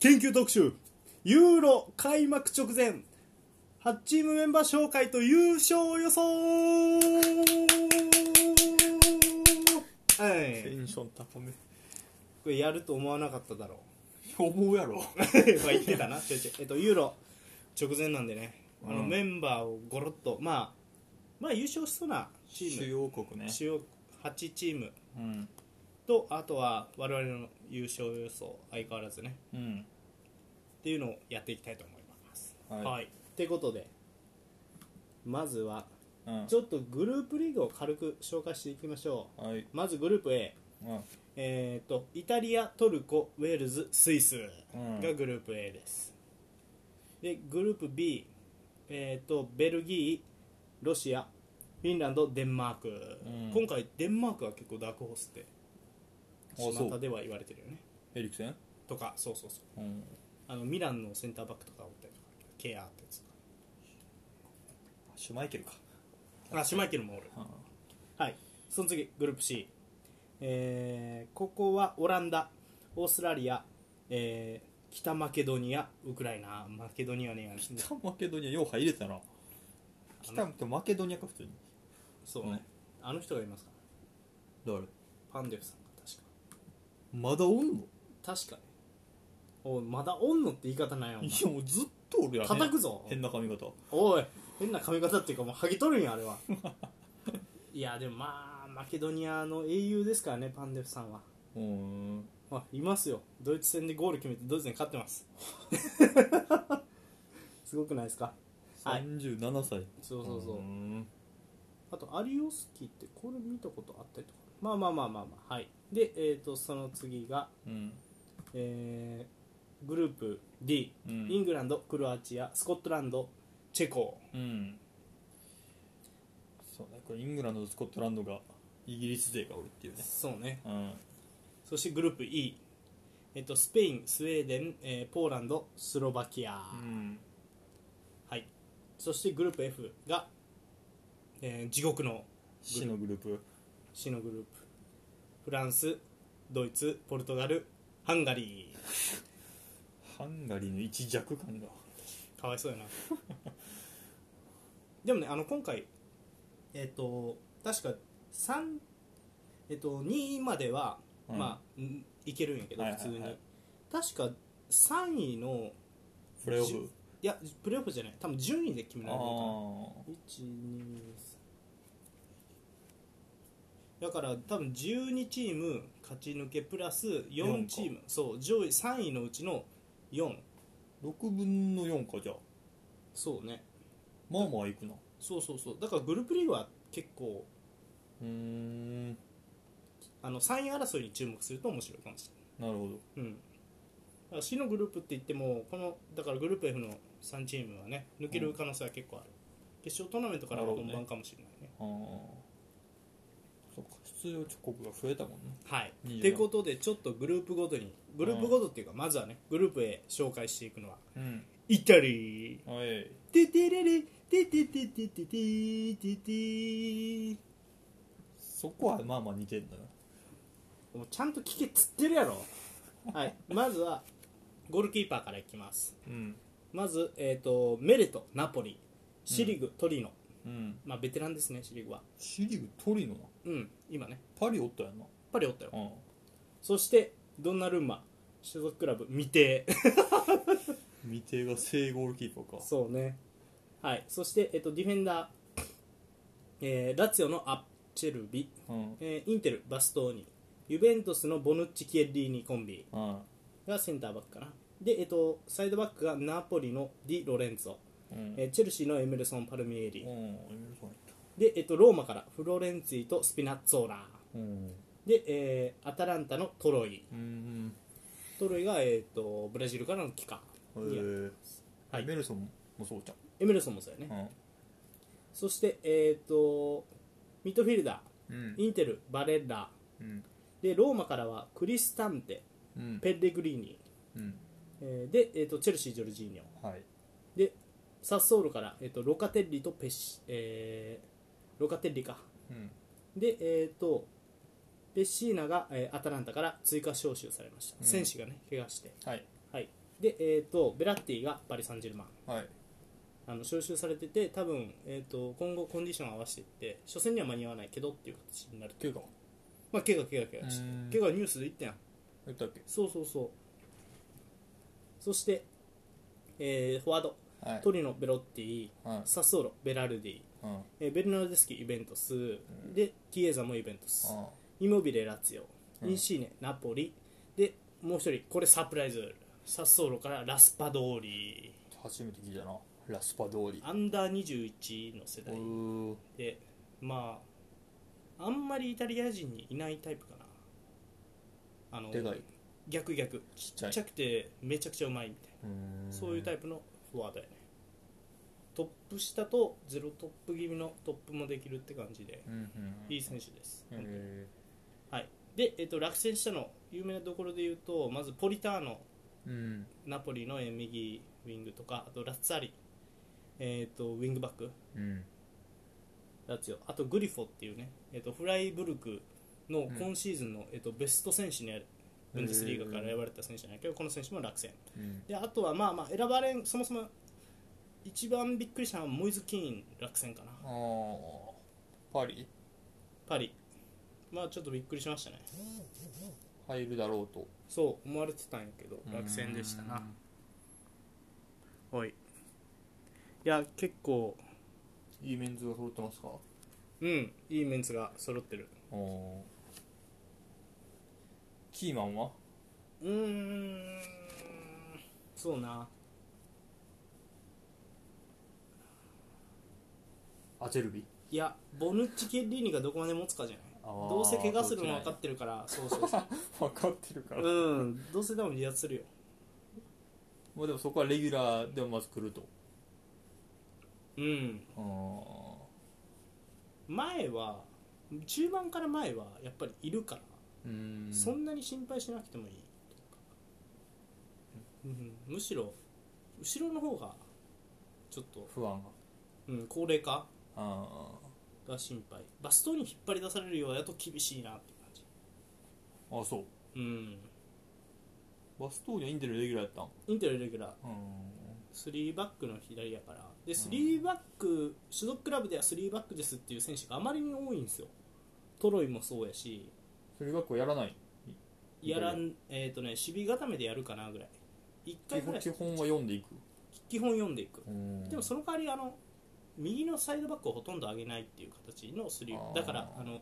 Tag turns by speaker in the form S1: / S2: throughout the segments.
S1: 緊急特集ユーロ開幕直前8チームメンバー紹介と優勝予想はい
S2: ンション高め
S1: これやると思わなかっただろ
S2: 思うや
S1: う
S2: ろ
S1: まあ言ってたなちょいちょいえっとユーロ直前なんでねあの
S2: うん
S1: メンバーをゴロッとまあまあ優勝しそうなチ
S2: 主
S1: ーム
S2: 要国ね
S1: 主要8チーム
S2: うん
S1: とあとは我々の優勝予想相変わらずね
S2: うん
S1: っていうのをやっていきたいと思います。は。
S2: はいい
S1: ってことでまずは
S2: うん
S1: ちょっとグループリーグを軽く紹介していきましょ。
S2: はいう
S1: まずグループ A、
S2: うん
S1: えー、とイタリア、トルコ、ウェールズ、スイス
S2: うん
S1: がグループ A です。でグループ B、えー、とベルギー、ロシア、フィンランド、デンマーク、
S2: うん
S1: 今回デンマークは結構ダークホースって
S2: あそう
S1: 巷では言われてるよね。
S2: エリクセン
S1: とかそうそうそう。
S2: うん
S1: あのミランのセンターバックとかおったりとかケアってやつと
S2: シュマイケルか
S1: かあシュマイケルもおるはいその次グループ C えーここはオランダオーストラリア、えー北マケドニアウクライナマケドニアねやん
S2: 北マケドニアよう入れてたな北とマケドニアか普通に
S1: そうね、
S2: うん
S1: あの人がいますか
S2: 誰
S1: パンデフさんが確か
S2: まだおんの
S1: 確かねおいまだおんのって言い方ないよお前
S2: いやもうずっと俺ら
S1: 叩くぞ
S2: 変な髪型
S1: おい変な髪型っていうかもう剥ぎ取るんやあれはいやでもまあマケドニアの英雄ですからねパンデフさんは
S2: うん
S1: あいますよドイツ戦でゴール決めてドイツに勝ってます すごくないですかはい
S2: 37歳
S1: そうそうそう、
S2: ん
S1: あとアリオスキーってこれ見たことあったりとかまあまあまあまあまあはいでえー、とその次が、
S2: うん
S1: えーグループ D、
S2: うん
S1: イングランドクロアチアスコットランドチェコ
S2: うんそうねこれイングランドとスコットランドがイギリス勢がおるっていうね
S1: そうね
S2: うん
S1: そしてグループ E、えっと、スペイン、スウェーデン、えーポーランド、スロバキア、
S2: うん
S1: はい、そしてグループ F が、えー地獄の
S2: C のグループ
S1: C のグループフランス、ドイツ、ポルトガル、ハンガリ
S2: ハンガリーの一弱感が
S1: ーかわいそうやな でもねあの今回えっ、と確か三えっ、と2位までは、
S2: うん
S1: まあんいけるんやけど
S2: はい
S1: 普
S2: はい
S1: 通
S2: はい
S1: に、確か3位の
S2: プレーオフ
S1: いやプレーオフじゃない多分順位で決め
S2: あ
S1: られるの
S2: あ
S1: かな123だから多分12チーム勝ち抜けプラス4チームそう上位3位のうちの4
S2: 6分の4かじゃあ
S1: そうね
S2: まあまあいくな
S1: そうそうそうだからグループリーグは結構
S2: うーんな
S1: あの3位争いに注目すると面白いかもし
S2: るほど
S1: れない、うん、だから死のグループって言ってもこのだからグループ F の3チームはね抜ける可能性は結構ある、決勝トーナメントからが本番かもしれないね
S2: ああそっか出場国が増えたもんね
S1: はい、
S2: いいよ
S1: ってことでちょっとグループごとにグループごとっていうかまずはねグループへ紹介していくのは
S2: うん
S1: イタリー
S2: はい
S1: ててれれてててててててて
S2: そこはまあまあ似てんだな
S1: もうちゃんと聞けっつってるやろはいまずはゴールキーパーからいきます
S2: うん
S1: まず、えー、とメレトナポリシリグ、トリノ
S2: うん
S1: まあベテランですねシリグは
S2: シリグトリノな
S1: うん今ね
S2: パリおったやん
S1: や
S2: な
S1: っぱりおったよ
S2: うん
S1: そしてドンナルンマ所属クラブ未定
S2: 未定が正ゴールキーパーか
S1: そうね、はい、そして、えっと、ディフェンダー、えーラツィオのアッチェルビ、
S2: うん
S1: えーインテル、バストーニユベントスのボヌッチ・キエッリーニコンビ
S2: うん
S1: がセンターバックかなで、えっと、サイドバックがナポリのディ・ロレンツォ、
S2: うん
S1: えーチェルシーのエメルソン・パルミエリ
S2: うんエミルソンやった
S1: で、えっと、ローマからフロレンツィとスピナッツォーラ
S2: うん
S1: で、えーアタランタのトロイ
S2: うん
S1: トロイが、えっと、ブラジルからの帰化
S2: へえ
S1: はい
S2: エメルソンもそうじ
S1: エメルソンもそうやね、
S2: ゃん
S1: そして、えっとミッドフィルダー
S2: うん
S1: インテル、バレッラ
S2: うん
S1: でローマからはクリスタンテ、
S2: うん
S1: ペレグリーニ、
S2: うん
S1: えーで、えー、とチェルシー、ジョルジーニョ
S2: はい
S1: でサッソールから、えー、とロカテッリとペシ、えーロカテッリか
S2: うん
S1: で、えー、とペッシーナが、えーアタランタから追加招集されました、
S2: うん
S1: 選手がね怪我して、
S2: はい
S1: はい、で、えー、とベラッティがパリ・サンジェルマン
S2: はい
S1: あの招集されてて多分、えー、と今後コンディションを合わせていって初戦には間に合わないけどっていう形になる
S2: 9か
S1: まあ怪我怪我怪我して
S2: うん
S1: 怪我はニュースで言ったやん
S2: 言ったっけ
S1: そうそうそうそして、えーフォワード
S2: はい
S1: トリノ・ベロッティ
S2: はい
S1: サスオロ・ベラルディ、
S2: うんうん
S1: えーベルナルデスキ・イベントス、でキエザもイベントス、イモビレ・ラツィオ
S2: うん
S1: インシーネ、ナポリでもう一人これサプライズサッソーロからラスパドーリ
S2: 初めて聞いたなラスパ通り
S1: アンダー21の世
S2: う
S1: 代
S2: ー
S1: でまああんまりイタリア人にいないタイプかなあの
S2: でかい
S1: 逆逆
S2: ちっち
S1: ち
S2: ゃ
S1: っ
S2: い
S1: ちゃくてめちゃくちゃうまいみたいな
S2: うーん
S1: そういうタ
S2: イ
S1: イプのフォワードやねトップ下とゼロトップ気味のトップもできるって感じで
S2: プうんうん
S1: いい選手です、
S2: へえ
S1: はい、で、えっと落選したの有名なところで言うとまずポリターノ
S2: うん
S1: ナポリのえー右ウィングとかあとラッツァリ、えっとウィングバック
S2: うん
S1: ラツィオあとグリフォっていうね、えっとフライブルクの今シーズンの、えっとベスト選手にあるブンデスリーガから選ばれた選手じゃないけどこの選手も落選
S2: うん
S1: であとはまあまあ選ばれんそもそも一番びっくりしたのはモイズ・キーン落選かな
S2: ああパリ
S1: パリまあちょっとびっくりしましたね
S2: 入るだろうと
S1: そう思われてたんやけど落選でしたなはいいや結構
S2: いいメンズが揃ってますか
S1: うんいいメンツが揃ってる
S2: おーキーマンは
S1: うーんそうな
S2: アチェルビ
S1: いやボヌッチ・ケリーニがどこまで持つかじゃない
S2: あー
S1: どうせ怪我するの分かってるからそうそう そう
S2: 分かってるから、
S1: うんどうせ多分離脱するよ
S2: まあでもそこはレギュラーでもまず来ると
S1: うん
S2: あー
S1: 前は中盤から前はやっぱりいるから、
S2: うーん
S1: そんなに心配しなくてもいいというか、うん、むしろ後ろの方がちょっと、
S2: 不安が
S1: うん、高齢化
S2: あ
S1: が心配バストに引っ張り出されるようだと厳しいなって感じ
S2: ーあそう
S1: うん
S2: バストーニャインテルレギュラーやったん
S1: インテルレギュラー
S2: うん
S1: 3バックの左やからで3バック所属クラブでは3バックですっていう選手があまりに多いんですよトロイもそうやし
S2: それ学校やらない
S1: やらんえっ、とね守備固めでやるかなぐらい1
S2: 基
S1: 回ぐら
S2: 本
S1: い
S2: 基本は読んでいく
S1: 基本読んでいくでも
S2: そ
S1: その代わりあの右のサイドバックをほとんど上げないっていう形の
S2: あ
S1: 3
S2: ー
S1: だからあの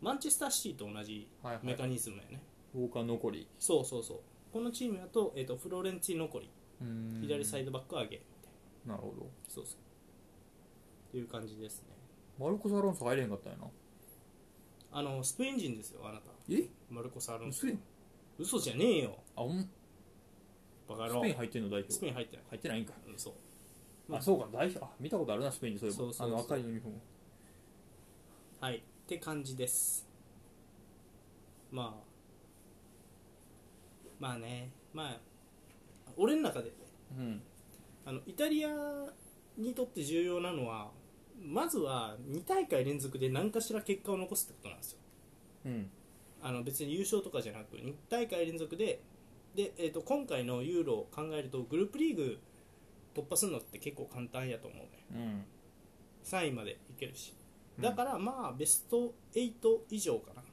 S1: マンチェスターシティと同じ
S2: はいはい
S1: メカニズムやね、
S2: ウォーカー残り
S1: そうそうそうこのチームだと,、えー、とフローレンツィ残り左サイ
S2: ド
S1: ドバックを上げみたい
S2: なるほど
S1: なそうそうっていう感じですね
S2: マルコス・アロンソ入れへんかったんやな
S1: あのスペイン人ですよあなた
S2: え
S1: マルコス・アロンソ
S2: スペイン
S1: 嘘じゃねえよ
S2: あほん
S1: バカ野
S2: ス
S1: 郎
S2: ペイン入ってんの代表
S1: スペイン入ってない
S2: 入ってないんか
S1: うんそう
S2: あそうか代表あ見たことあるなスペインでそういえば
S1: そうそうそう
S2: あの赤いユニフォーム
S1: はいって感じですまあまあねまあ俺の中で
S2: うん
S1: あのイタリアにとって重要なのはまずは2大会連続で何かしら結果を残すってことなんですよ
S2: うん
S1: あの別に優勝とかじゃなく2大会連続でで、えー、と今回のユーロを考えるとグループリーグ突破するのって結構簡単やと思うね
S2: うん
S1: 3位までいけるし
S2: うん
S1: だからまあベスト8以上かな、
S2: う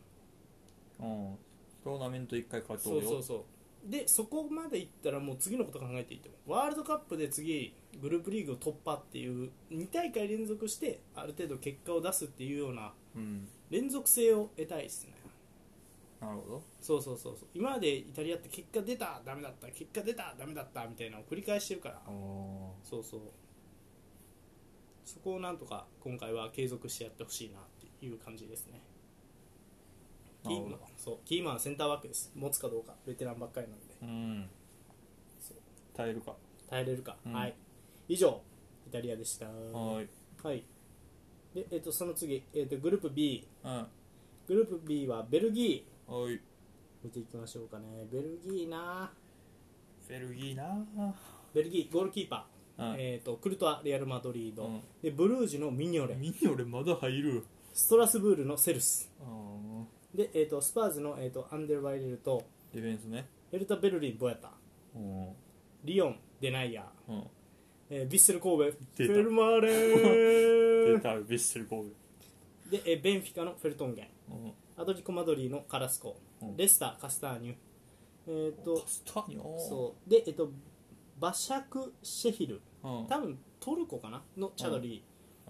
S2: んトーナメント1回勝と
S1: そ
S2: う
S1: う
S2: よ
S1: そうそうでそこまでいったらもう次のこと考えていいと思うワールドカップで次グループリーグを突破っていう2大会連続してある程度結果を出すっていうような
S2: うん
S1: 連続性を得たいですね
S2: なるほど
S1: そうそうそうそう今までイタリアって結果出たダメだった結果出たダメだったみたいなのを繰り返してるから
S2: あー
S1: そうそうそこをなんとか今回は継続してやってほしいなっていう感じですねキ
S2: なる
S1: ー
S2: ほ
S1: マン
S2: ど
S1: そうキーマンはセンターバックです持つかどうかベテランばっかりなんで
S2: うん
S1: そう
S2: 耐えるか
S1: 耐えれるか、
S2: うん
S1: はい以上イタリアでした
S2: は
S1: は
S2: ーい
S1: いで、えっとその次、えっとグループ B
S2: うん
S1: グループ B はベルギ
S2: はい
S1: ー見ていきましょうかねベルギーな
S2: ベルギーな
S1: ベルギーゴールキーパー、
S2: うん
S1: えっとクルトアレアル・マドリード、
S2: うん
S1: でブルージュのミニョレ
S2: ミニ俺まだ入る
S1: ストラスブールのセルス
S2: うん
S1: で、えっとスパーズの、えっとアンデル・ワイレルと
S2: ディフェンスね
S1: エルタ・ベルリン・ボヤタ
S2: ううん
S1: リオンデナイヤー、
S2: うん
S1: えーヴィッセル神戸
S2: 出た
S1: フェルマーレ
S2: 出
S1: ー
S2: たヴィッセル神
S1: で、えーベンフィカのフェルトンゲン
S2: 戸うん
S1: アドリコ・マドリーのカラスコ、
S2: うん
S1: レスター・カスターニュえーっ、と
S2: カスターニョ
S1: そうでえっ、とバシャク・シェヒル
S2: ううん
S1: 多分トルコかなのチャドリ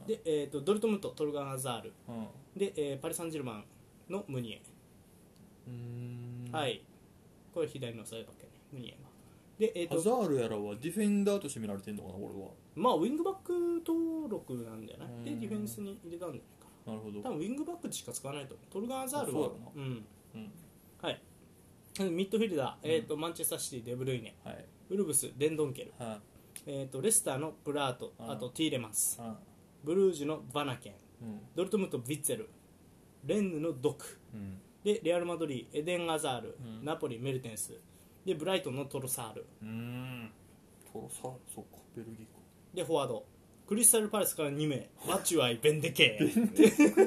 S1: ー、で、えー、とドルトムントトルガン・アザール
S2: うん
S1: で、えーパリ・サンジェルマンのムニエ、
S2: うーん
S1: はいこれ左のサイドバックやねムニエがでえっ、
S2: アザ
S1: と
S2: ールやらはディフェンダーとして見られてんのかな俺は
S1: まあウィングバック登録なんじゃないで
S2: うん
S1: ディフェンスに入れたんじゃないか
S2: なるほど
S1: な多分ウィングバックでしか使わないと思うトルガン・アザール
S2: あ
S1: は
S2: そう
S1: う、ん、
S2: うん
S1: はいミッドフィルダー、えーとマンチェスターシティデブルイネ
S2: はい
S1: ウルブスデンドンケル、
S2: は
S1: えー、とレスターのプラート
S2: うん
S1: あとティーレマンス
S2: いは
S1: ブルージュのバナケン
S2: いうん
S1: ドルトムント・ヴィッツェルレンヌのドク
S2: うん
S1: でレアル・マドリーエデン・アザール、
S2: うん
S1: ナポリ・メルテンスでブライトンのトロサール
S2: うーんトロサールそっかベルギーか
S1: でフォワードクリスタル・パレスから2名マチュアイ・ベンデケ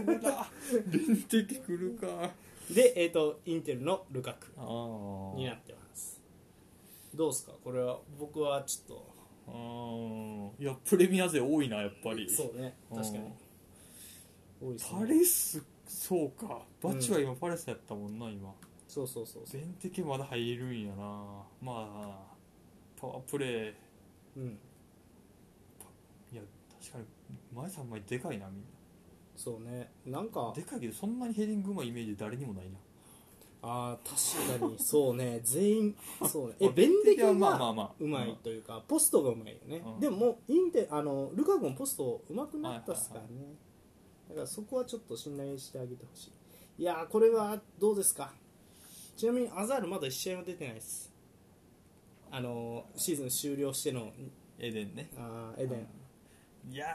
S2: 連敵来るか
S1: ーで、えー、とインテルのルカク
S2: ああ
S1: になってますどうですかこれは僕はちょっ
S2: うんいやプレミア勢多いなやっぱり
S1: とそうね確かに多いです
S2: パ
S1: ね
S2: レスそうかバチは今パレスやったもんな今
S1: そうそうそうそ
S2: 全敵まだ入るんやなまあパワープレ
S1: ううん
S2: イいや確かに前3枚でかいなみん
S1: そうねなん
S2: な
S1: か
S2: でかいけどそんなにヘディングうまいイメージ誰にもないな
S1: あー確かにそう ね全員そうねえ
S2: まあ
S1: ベンデケ
S2: は
S1: ー
S2: まあま
S1: が
S2: あまあ
S1: うまいというかポストがうまいよね、
S2: うん
S1: でももうインテあのルカクもポストうまくなったっすからね、
S2: は
S1: だからそこはちょっと信頼してあげてほしいいやーこれはどうですかちなみにアザールまだ1試合も出てないですあのーシーズン終了しての
S2: エデンね
S1: あーエデン、
S2: いや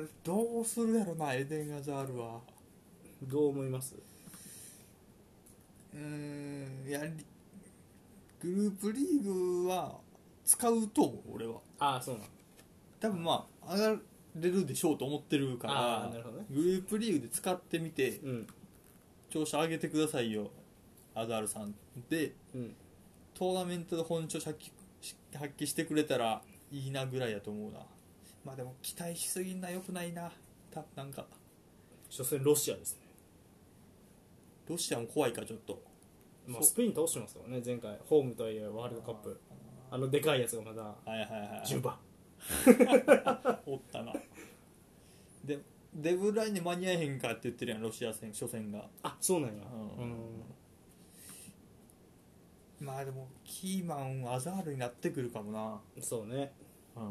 S2: ーどうするやろなエデン・アザールは
S1: どう思います
S2: うーんいやりグループリーグは使うと思う俺は
S1: ああそうなの
S2: 多分まあ上がれるでしょうと思ってるか
S1: あ
S2: ら
S1: ーなるほどね
S2: グループリーグで使ってみて
S1: うん
S2: 調子上げてくださいよアザールさんで
S1: うん
S2: トーナメントで本調子発揮し発揮してくれたらいいなぐらいやと思うなまあでも期待しすぎんなよくないなたなんか
S1: 初戦ロシアですね、
S2: ロシアも怖いからちょっと
S1: まあ、
S2: そう
S1: スペイン倒してますからね前回ホームとはいえワールドカップあのでかいやつがまだ
S2: はいはいはい
S1: 10番
S2: おったなでデブライネ間に合えへんかって言ってるやんロシア戦初戦が
S1: あそうなんや
S2: うんまあでもキーマンアザールになってくるかもな
S1: うんそうね
S2: うんあ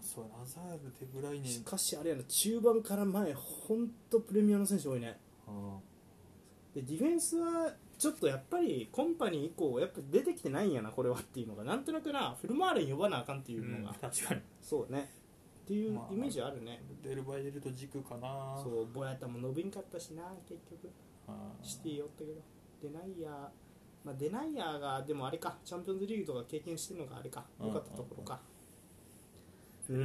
S2: そうやなアザールデブライネ
S1: しかしあれやな中盤から前本当プレミアの選手多いね
S2: う
S1: で
S2: ん
S1: ディフェンスはちょっとやっぱりコンパニー以降やっぱ出てきてないんやなこれはっていうのがなんとなくなフルマーレン呼ばなあかんっていうのが、
S2: 確かに
S1: そうねっていう
S2: まあ
S1: イメージあるね、
S2: デルバイデルと軸かな
S1: そうボヤタも伸びんかったしな結局
S2: うん
S1: シティ寄ったけどデナイヤー、まあ、デナイヤーがでもあれかチャンピオンズリーグとか経験してるのがあれか
S2: うん
S1: 良かったところかう、
S2: うんん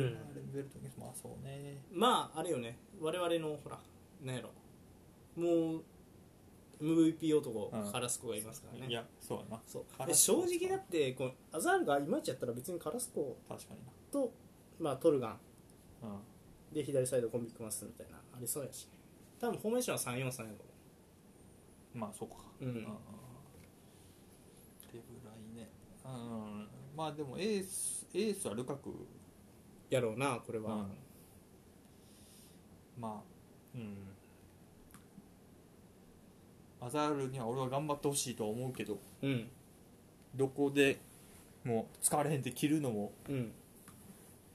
S2: ベルトニスまあそうね
S1: まああれよね我々のほらなんやろもう MVP 男、
S2: うん
S1: カラスコがいますからね
S2: いやそうやな
S1: そう
S2: カ
S1: で
S2: ラス
S1: 正
S2: コ
S1: 直だってこうアザールがいまいちやったら別にカラスコ
S2: 確かに
S1: と、まあ、トルガン
S2: なうん
S1: で左サイドコンビ組ますみたいなありそうやしね多分フォーメーションは343やろ
S2: まあそうか
S1: うん
S2: デブライネうんまあでもエースエースはルカク
S1: やろうなこれは、
S2: うんまあうんアザールには俺は頑張ってほしいとは思うけど
S1: うん
S2: どこでもう使われへんって切るのも
S1: うん
S2: っ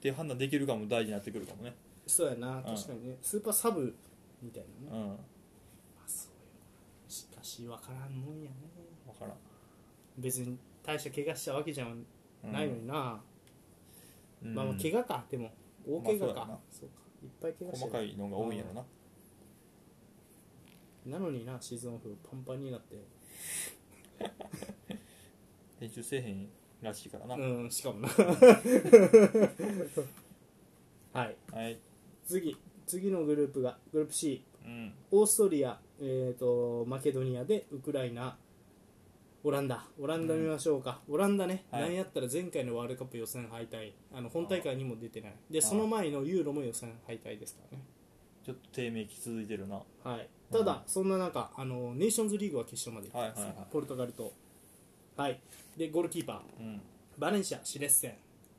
S2: ていう判断できるかも大事になってくるかもね
S1: そうやな確かにね、スーパーサブみたいなね、ま
S2: うん
S1: あそうよしかし分からんもんやね
S2: 分からん
S1: 別に大した怪我したわけじゃ
S2: うん
S1: ないのにな、
S2: うん
S1: まあまあ怪我かでも大怪我か、
S2: まあ
S1: そうかいっぱい怪我して
S2: 細かいのが多いんやろな
S1: なのになシーズンオフパンパンになって
S2: 練習せえへんらしいからな、
S1: うんしか もなはい
S2: はい
S1: 次次のグループがグループ C
S2: うん
S1: オーストリア、えー、とマケドニアでウクライナ、オランダオランダ見ましょうか、オランダね、
S2: はい
S1: なんやったら前回のワールドカップ予選敗退あの本大会にも出てないで
S2: あー
S1: その前のユーロも予選敗退ですからね、
S2: ちょっと低迷期続いてるな
S1: はい、ただ、そんな中あのネーションズリーグは決勝まで行ってます、
S2: はいはいはい
S1: ポルトガルと、はい、でゴールキーパー
S2: うん
S1: バレンシア、シレッセン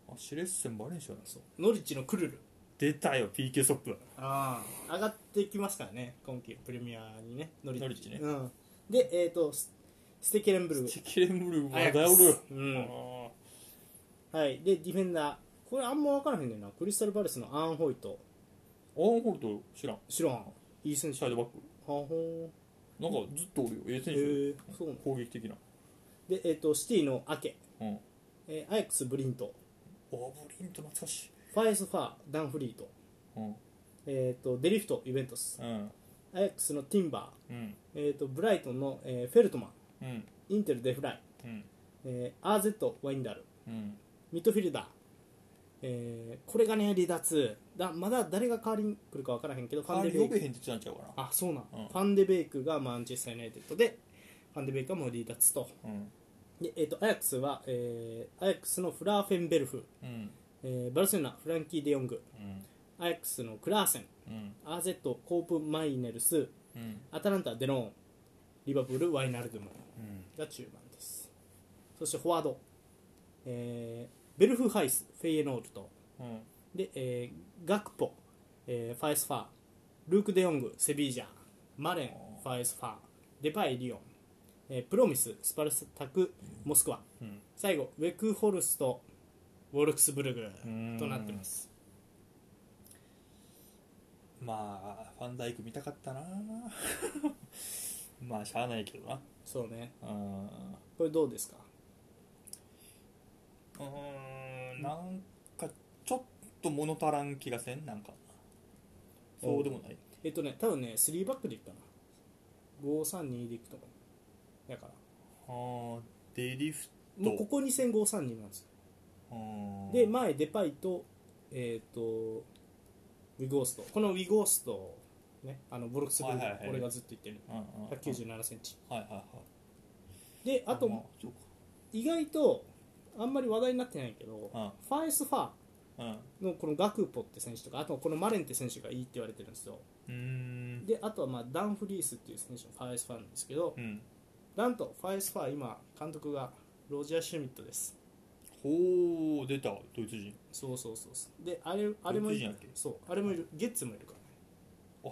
S2: あシレッセンバレンシアなんです
S1: そうノリッチのクルル
S2: 出たよ PK ストップ
S1: あ上がってきますからね今季プレミアにねノリッチ
S2: ノリッチね
S1: うん、で、えー、とスステケレンブルグ
S2: チキレンブルグまだお
S1: アヤッ
S2: る
S1: クスうん
S2: あ
S1: はい、でディフェンダーこれあんま分からへんねんなクリスタル・バレスのアンホイト
S2: ーアーンホルト知らん
S1: 知らんいい選手
S2: サイドバック
S1: はほ
S2: なんかずっとおるよええ
S1: ー
S2: 選
S1: へ
S2: 手よ
S1: ーそうなん
S2: 攻撃的な
S1: で、えー、とシティのアケ、
S2: うん
S1: えーアヤックス・ブリント
S2: オブリント懐かしい
S1: ファイス・ファーダンフリート,、
S2: うん
S1: えー、とデリフトユベントス
S2: うん
S1: アヤックスのティンバ
S2: うん
S1: ー、えー、とブライトンの、えーフェルトマン
S2: うん
S1: インテル・デフライ、
S2: うん
S1: えー、RZ ・ワインダル
S2: うん
S1: ミッドフィルダー、えーこれがね離脱だまだ誰が代わりに来るか分からへんけどファン
S2: あ
S1: デ
S2: れ
S1: ベイ
S2: 呼
S1: ク
S2: べへんって言ってたんちゃうか
S1: あそうなん、
S2: うん
S1: ファンデベイクがマンチェスター・ユナイテッドでファンデベイクはもう離脱と
S2: なうん
S1: で、えー、とアヤックスは、えーアヤックスのフラーフェンベルフ、
S2: うん
S1: えーバルセロナフランキー・デヨング
S2: うん
S1: アヤックスのクラーセン
S2: うん
S1: アーゼットコープ・マイネルス
S2: うん
S1: アタランタ・デローンリバプール・ワイナルドゥム
S2: うん
S1: が中盤ですそしてフォワード、えーベルフハイスフェイエノールと
S2: うん
S1: で、えーガクポ、えーファイスファールーク・デヨングセビージャマレンファイスファーデパイ・リオン、えープロミススパルタクモスクワ
S2: うん
S1: 最後ウェクホルストウォルクスブルグ
S2: ん
S1: となってます
S2: まあファンダイク見たかったな まあしゃあないけどな
S1: そうね
S2: うん
S1: これどうですか
S2: うんなんかちょっと物足らん気がせんなんかそうでもない
S1: えっとね多分ね3バックでいくかな532でいくと思うだから
S2: ああデリフ
S1: もうこ
S2: ト
S1: こ2戦532なんですよ
S2: うん
S1: で前デパイとえっ、とウィゴーストこのウィゴーストねあのボロクスブルグ、
S2: はいはいはい
S1: 俺がずっと言ってる
S2: うんうんうん
S1: 1 9 7センチ
S2: はいはいはい
S1: であと
S2: まそうか
S1: 意外とあんまり話題になってないけど
S2: うん
S1: ファイスファ
S2: うん
S1: ーのこのガクポって選手とかあとこのマレンって選手がいいって言われてるんですよ
S2: うーん
S1: であとはまあダン・フリースっていう選手のファイスファーなんですけど
S2: うん
S1: なんとファイスファー今監督がロジャー・シュミットです
S2: ほう出たドイツ人
S1: そうそうそうそうであれあれもい
S2: ドイツ人や
S1: る
S2: っけ
S1: そうあれもいるゲッツもいるから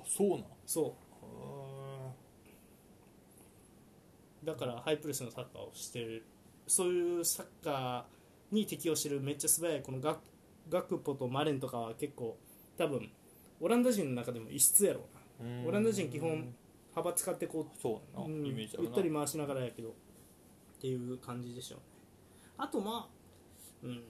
S1: ね
S2: あそうなん
S1: そう
S2: あ
S1: だからハイプレスのサッカーをしてるそういうサッカーに適応してるめっちゃ素早いこのガガクポとマレンとかは結構多分オランダ人の中でも異質やろうな
S2: ーうん
S1: オランダ人基本幅使ってこ
S2: そう
S1: う、
S2: や
S1: う
S2: なんイメ
S1: ゆ
S2: ージある
S1: っ
S2: な
S1: たり回しながらやけどっていう感じでしょうねあとまあうん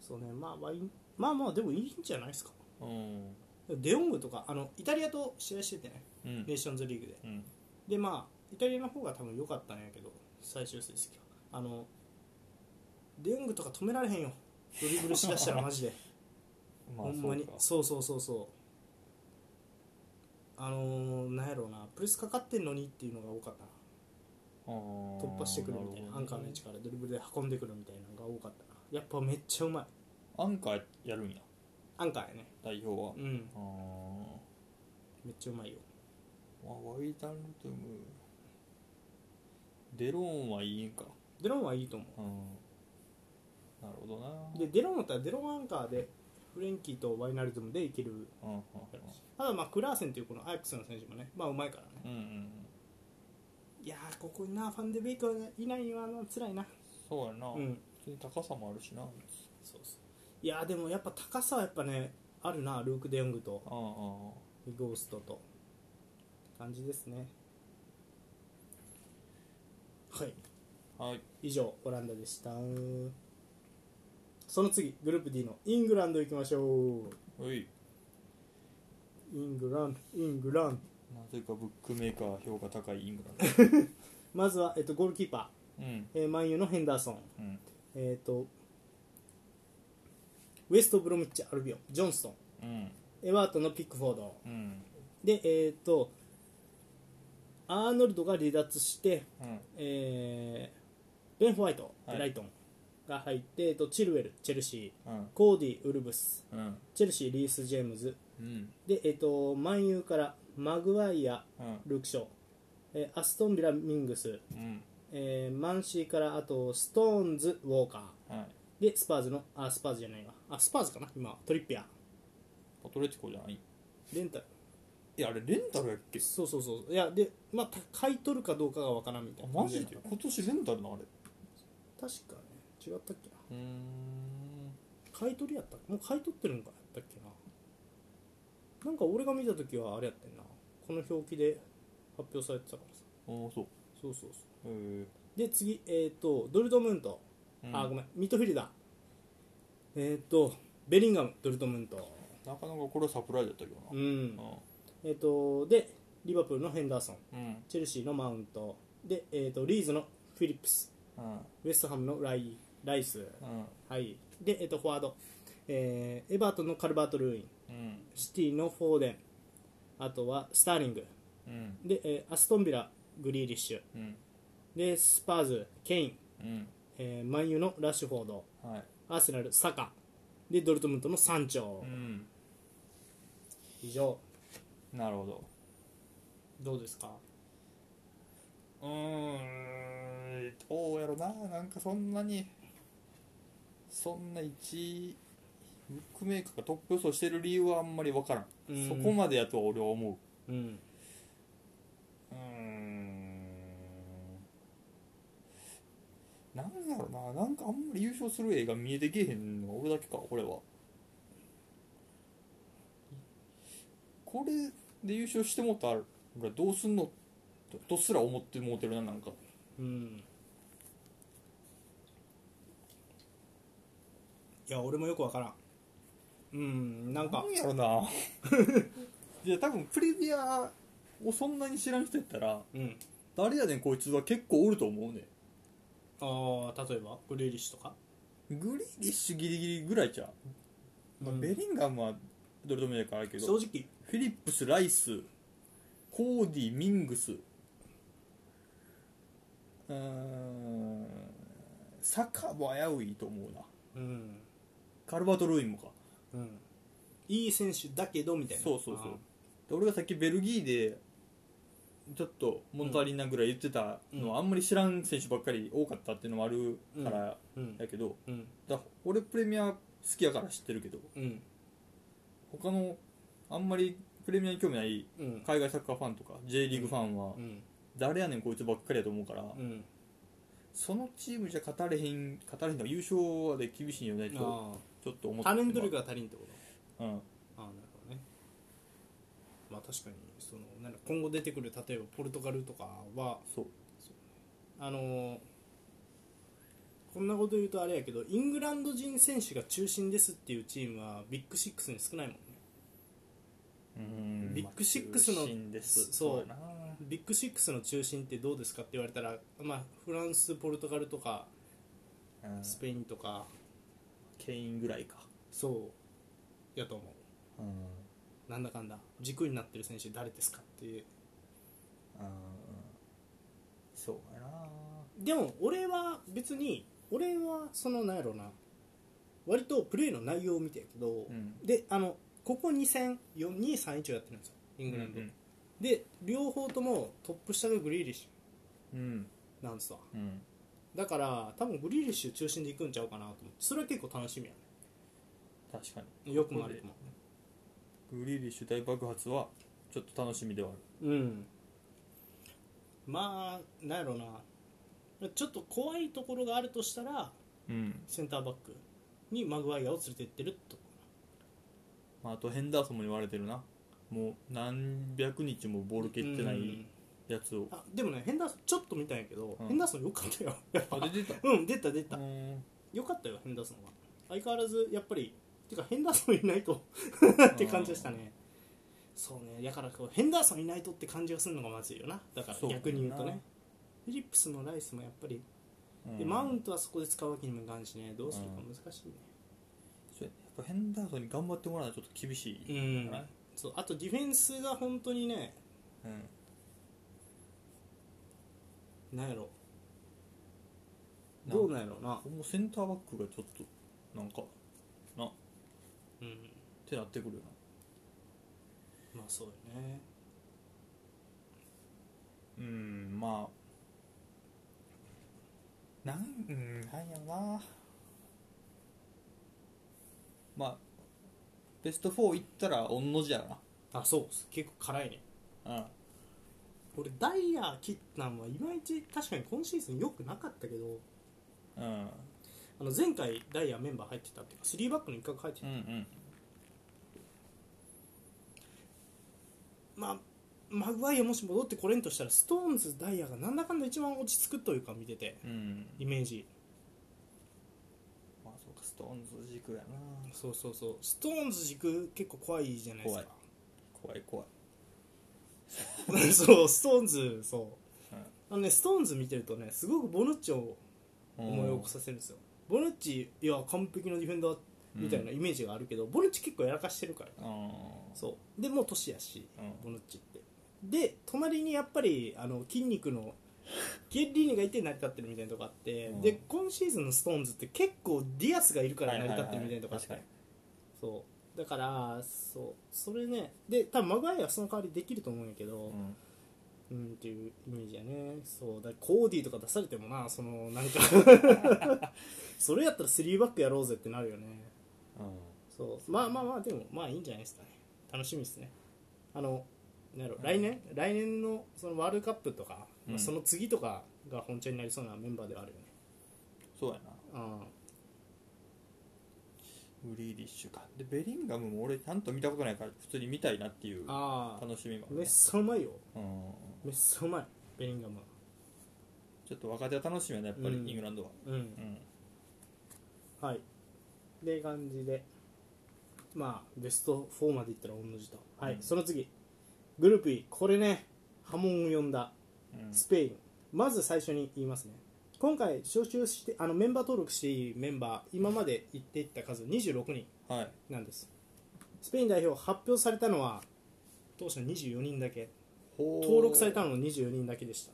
S1: そうねまあワインまあまあでもいいんじゃないですか
S2: うん
S1: デヨングとかあのイタリアと試合しててね
S2: うん
S1: ネーションズリーグで
S2: うん
S1: でまあイタリアの方が多分良かったんやけど最終成績はあのデヨングとか止められへんよドリブルしだ したらマジで
S2: まあ
S1: ほんまに
S2: そ
S1: そ
S2: うか
S1: うそうそうそうあのー、なんやろうなプレスかかってんのにっていうのが多かったな突
S2: 突
S1: 破してくるみたいなアンカーの位置からドリブルで運んでくるみたいなのが多かったなやっぱめっちゃうまい
S2: アンカーやるんや
S1: アンカーやね
S2: 代表は
S1: うん
S2: あー
S1: めっちゃうまいよ
S2: まあワイダルトゥムデローンはいいんか
S1: デロンはいいと思
S2: うんなるほどな
S1: うでデロンだったらデロンアンカーでフレンキーとワイナルドムでいける
S2: うんうん
S1: ただまあクラーセンというこのアヤックスの選手もねまあうまいからね
S2: うんうんうん
S1: いやーここになファンデベイクがいないのはな辛いな
S2: そうやな
S1: うん
S2: 普通に高さもあるしな
S1: そうそういやーでもやっぱ高さはやっぱねあるなルーク・デヨングと
S2: うんうんうん
S1: ウィゴーストと感じですねはい
S2: はい
S1: 以上オランダでしたその次グループ D のイングランド行きましょ
S2: おいう
S1: イングランドイングランド
S2: なぜかブックメーカー評価高いイングラン
S1: まずは、えっと、ゴールキーパ
S2: ドうん
S1: ー、えー、マンユのヘンダーソン
S2: うん
S1: えっ、とウェストブロミッチ・アルビオンジョンストン
S2: うん
S1: エワートンのピックフォード
S2: うん
S1: でえっ、とアーノルドが離脱して、
S2: うん
S1: えーベン・ホワイト、
S2: はい
S1: ブライトンが入って、えっとチルウェル、チェルシ
S2: うん
S1: ー、コーディ・ウルブス、
S2: うん
S1: チェルシー、リース・ジェームズ、
S2: うん
S1: で、えっと、万有からマグワイア、
S2: うん
S1: ルーク・ショー、えーアストン・ビラ・ミングス、
S2: うん
S1: えーマンシーからあとストーンズ・ウォーカー、
S2: はい
S1: で、スパーズの、あ、スパーズじゃないわ、あ、スパーズかな、今、トリッピア、
S2: アトレティコじゃない
S1: レンタル、
S2: いやあれレンタルやっけ
S1: そうそうそう、いや、で、まあ、た買い取るかどうかがわからんみた
S2: あ
S1: いな、
S2: マジで今年レンタルなあれ
S1: 確かね、違ったっけな。
S2: うーん
S1: 買い取りやったもう買い取ってるんかやったっけななんか俺が見た時はあれやってんなこの表記で発表されてたからさ
S2: ああそう
S1: そうそうそ
S2: へ
S1: うで次えっ、とドルトムント、
S2: え
S1: あ
S2: うん
S1: ごめんミッドフィルダーえっ、とベリンガムドルトムント
S2: なかなかこれはサプライズだったけど
S1: う
S2: な。
S1: んえっ、とでリバプールのヘンダーソン
S2: うん。うん。
S1: チェルシーのマウントで、えー、とリーズのフィリップス
S2: うん。
S1: ウェストハムのライライス
S2: うん。
S1: はいでえっ、とフォワード、えーエバートンのカルバート・ルーイン
S2: うん。
S1: シティのフォーデンあとはスターリング
S2: うん。
S1: で、えーアストンビラグリーリッシュ
S2: うん。
S1: でスパーズケイン、
S2: うん。
S1: えーマンユのラッシュフォード
S2: はい。
S1: アーセナルサカでドルトムントのサンチョ、
S2: うん。
S1: 以上
S2: なるほど。
S1: どうですか
S2: うーん。どうやろな。なんかそんなに、そんな一位、ブックメーカーがトップ予想してる理由はあんまりわからん。
S1: うん
S2: そこまでやとは俺は思う。
S1: うん
S2: うーん。なんだろうな。なんかあんまり優勝する映画見えてけえへんのは俺だけか、これは。これで優勝してもったらどうすんのととすら思ってもうてるな、なんか。
S1: うんいや俺もよくわからんうんなんか
S2: なんやろな。 いや、多分プレビアをそんなに知らん人やったら、
S1: うん
S2: 誰やねんこいつは結構おると思うね。
S1: ああ例えばグリーリッシュとか
S2: グリーリッシュギリギリぐらいじゃん。まあ
S1: うん
S2: ベリンガムはどれでもいいからあるけど
S1: 正直
S2: フィリップス、ライス、コーディ、ミングス、うーん、サカも危ういと思うな。
S1: うん
S2: カルバト・ルーインもか。
S1: うんいい選手だけどみたいな
S2: そうそうそ
S1: あ
S2: う。で俺がさっきベルギーで、ちょっと物足りんなぐらい言ってたのは、あんまり知らん選手ばっかり多かったっていうのもあるから
S1: ーうん
S2: やけど、
S1: うん
S2: だから俺プレミア好きやから知ってるけど、
S1: うん
S2: 他のあんまりプレミアに興味ない
S1: うん
S2: 海外サッカーファンとか J リーグファンは
S1: う、ん
S2: 誰やねんこいつばっかりやと思うから、
S1: うん
S2: そのチームじゃ勝たれへん勝たれへんとか優勝で厳しいよねと
S1: あ
S2: ちょっと思
S1: あ
S2: っ
S1: タ
S2: て
S1: レント力が足りんってこと
S2: うん
S1: ああなるほどねまあ確かにそのなんか今後出てくる例えばポルトガルとかは
S2: そう
S1: あのーこんなこと言うとあれやけどイングランド人選手が中心ですっていうチームはビッグシックスに少ないもんね
S2: うん
S1: ビッグシックスの
S2: 中心です
S1: そう
S2: だな
S1: ビッグシックスの中心ってどうですかって言われたら、まあ、フランス、ポルトガルとか
S2: うん
S1: スペインとか
S2: ケインぐらいか
S1: そうやと思
S2: うん
S1: うなんだかんだ軸になってる選手誰ですかっていう
S2: そうやな
S1: でも俺は別に俺はそのなんやろな割とプレーの内容を見てるけど、
S2: うん
S1: であのここ2戦4231をやってるんですよイングランド、
S2: うん
S1: で両方ともトップ下がグリーリッシ
S2: うん
S1: ュなんですわ
S2: うん
S1: だから多分グリーリッシュ中心でいくんちゃうかなと思ってそれは結構楽しみや
S2: 確か
S1: ねよくも悪くも
S2: にグリーリッシュ大爆発はちょっと楽しみではある
S1: うんまあなんやろなちょっと怖いところがあるとしたら
S2: うん、
S1: センターバックにマグワイアを連れてってると
S2: まあ、あとヘンダーソンも言われてるなもう何百日もボール蹴ってな
S1: う
S2: い
S1: ん
S2: やつを、
S1: あでもねヘンダーソンちょっと見たんやけど、
S2: うん
S1: ヘンダーソンよかったよ やっぱ
S2: あ出て
S1: うん出た出た、
S2: たうん
S1: よ かったよヘンダーソンは相変わらずやっぱりてかヘンダーソンいないとって感じでしたねそうねだからこうヘンダーソンいないとって感じがするのがまずいよなだから
S2: そう
S1: 逆に言うと
S2: な
S1: ねフィリップスもライスもやっぱり、
S2: うん
S1: でマウントはそこで使うわけにもいかんしねどうするか難しいね
S2: そうやっぱヘンダーソンに頑張ってもらうのはちょっと厳し
S1: う
S2: い
S1: ん、
S2: はい
S1: そうあとディフェンスが本当にね
S2: うん
S1: なんやろ
S2: なん
S1: どうなんやろうな
S2: このセンターバックがちょっとなんかなっ
S1: うん
S2: てなってくるよな
S1: まあそうよね
S2: うんまあなんうんなんやろなまあベスト4行ったら御の字や
S1: あそうっす結構辛いね
S2: なうん
S1: 俺ダイヤ切ったんはいまいち確かに今シーズン良くなかったけど
S2: うんうん
S1: あの前回ダイヤメンバー入ってたっていうか3バックの一角入って
S2: う
S1: た、
S2: ん
S1: まあマグワイアもし戻ってこれんとしたらストーンズダイヤがなんだかんだ一番落ち着くというか見てて
S2: うん
S1: イメージ
S2: まあそうかストーンズ軸やな
S1: そうそうそうストーンズ軸結構怖いじゃないですか
S2: 怖い怖い
S1: そうストーンズそう、
S2: うん
S1: あのねストーンズ見てるとねすごくボヌッチを思い起こさせるんですよ、ボヌッチいや完璧なディフェンダーみたいなイメージがあるけど、ボヌッチ結構やらかしてるから
S2: うん
S1: そうでもう年やし
S2: うん
S1: ボヌッチってで隣にやっぱりあの筋肉のゲッリーニがいて成り立ってるみたいなとこあって、
S2: うん
S1: で今シーズンのストーンズって結構ディアスがいるから成り立ってるみたいなとこあって、
S2: はいはいはい
S1: そうだからそうそれねで多分マグワイアはその代わりできると思うんやけど、
S2: 確かにうん
S1: うんっていうイメージやねそうだコーディとか出されてもなそのなんか それやったら3バックやろうぜってなるよねそうまあまあまあでもまあいいんじゃないですかね楽しみですねあのなんやろ
S2: うん
S1: 来年来年のそのワールドカップとか、
S2: うん
S1: その次とかが本調になりそうなメンバーではあるよね
S2: そうやな
S1: あ
S2: グリーリッシュかでベリンガムも俺ちゃんと見たことないから普通に見たいなっていう
S1: あー
S2: 楽しみもある
S1: め
S2: ね
S1: っさうまいよ
S2: うん
S1: めっさうまいベリンガムは
S2: ちょっと若手は楽しみやねやっぱり
S1: うん
S2: イングランドは
S1: うん
S2: うん
S1: はいって感じでまあベスト4までいったら同じとはい、
S2: うん
S1: その次グループ E これね波紋を呼んだ
S2: うん
S1: スペイン、まず最初に言いますね今回招集してあのメンバー登録していいメンバー今まで行っていった数26人
S2: はい
S1: なんですスペイン代表発表されたのは当初24人だけ登
S2: 登
S1: 録されたのは24人だけでした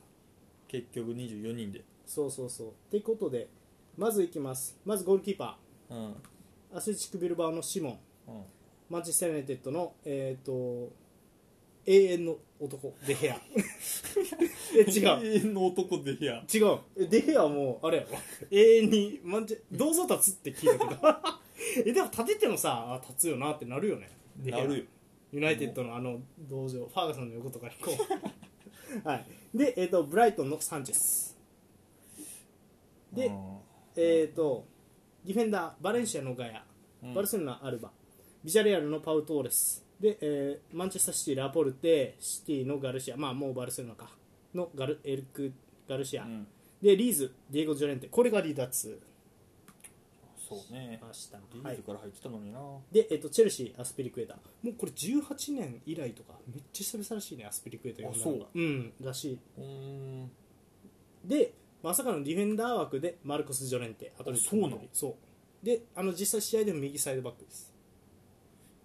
S2: 結局24人で
S1: そうそうそうってことでまずいきますまずゴールキーパ
S2: うんうん
S1: ーアスレチックビルバーのシモンマンチェスター・ユナイテッドの、えー、と永遠の男デヘアえ違う
S2: 永遠の男でいや
S1: 違うえデヘアはもうあれやろ永遠にマンチェどうぞ立つって聞いたけど えでも立ててもさあ立つよなってなるよねデヘ
S2: な
S1: ア
S2: るよ
S1: ユナイテッドのあの道場ファーガソンの横とかにこ うはいで、えー、とブライトンのサンチェスで
S2: うん
S1: えっ、とディフェンダーバレンシアのガヤ
S2: うん
S1: バルセロナ、アルバ、ビジャレアルのパウ・トーレス、で、えーマンチェスター・シティ、ラポルテ、シティのガルシア、まあもうバルセロナか、のガルエルク・ガルシア、
S2: うん
S1: で、リーズ、ディエゴ・ジョレンテ、これが離脱
S2: そうね
S1: しました。
S2: リ
S1: は
S2: ー
S1: い
S2: ズ、から入ってたのにな
S1: で、えーと、チェルシー、アスピリクエタ、もうこれ18年以来とか、めっちゃ久々らしいね、アスピリクエタ呼んだのが
S2: あ
S1: うん、らしい。
S2: うん
S1: で、まさかのディフェンダー枠でマルコス・ジョレンテ、アトレティコマドリ
S2: あそうなの
S1: そう。で、あの実際試合でも右サイドバックです。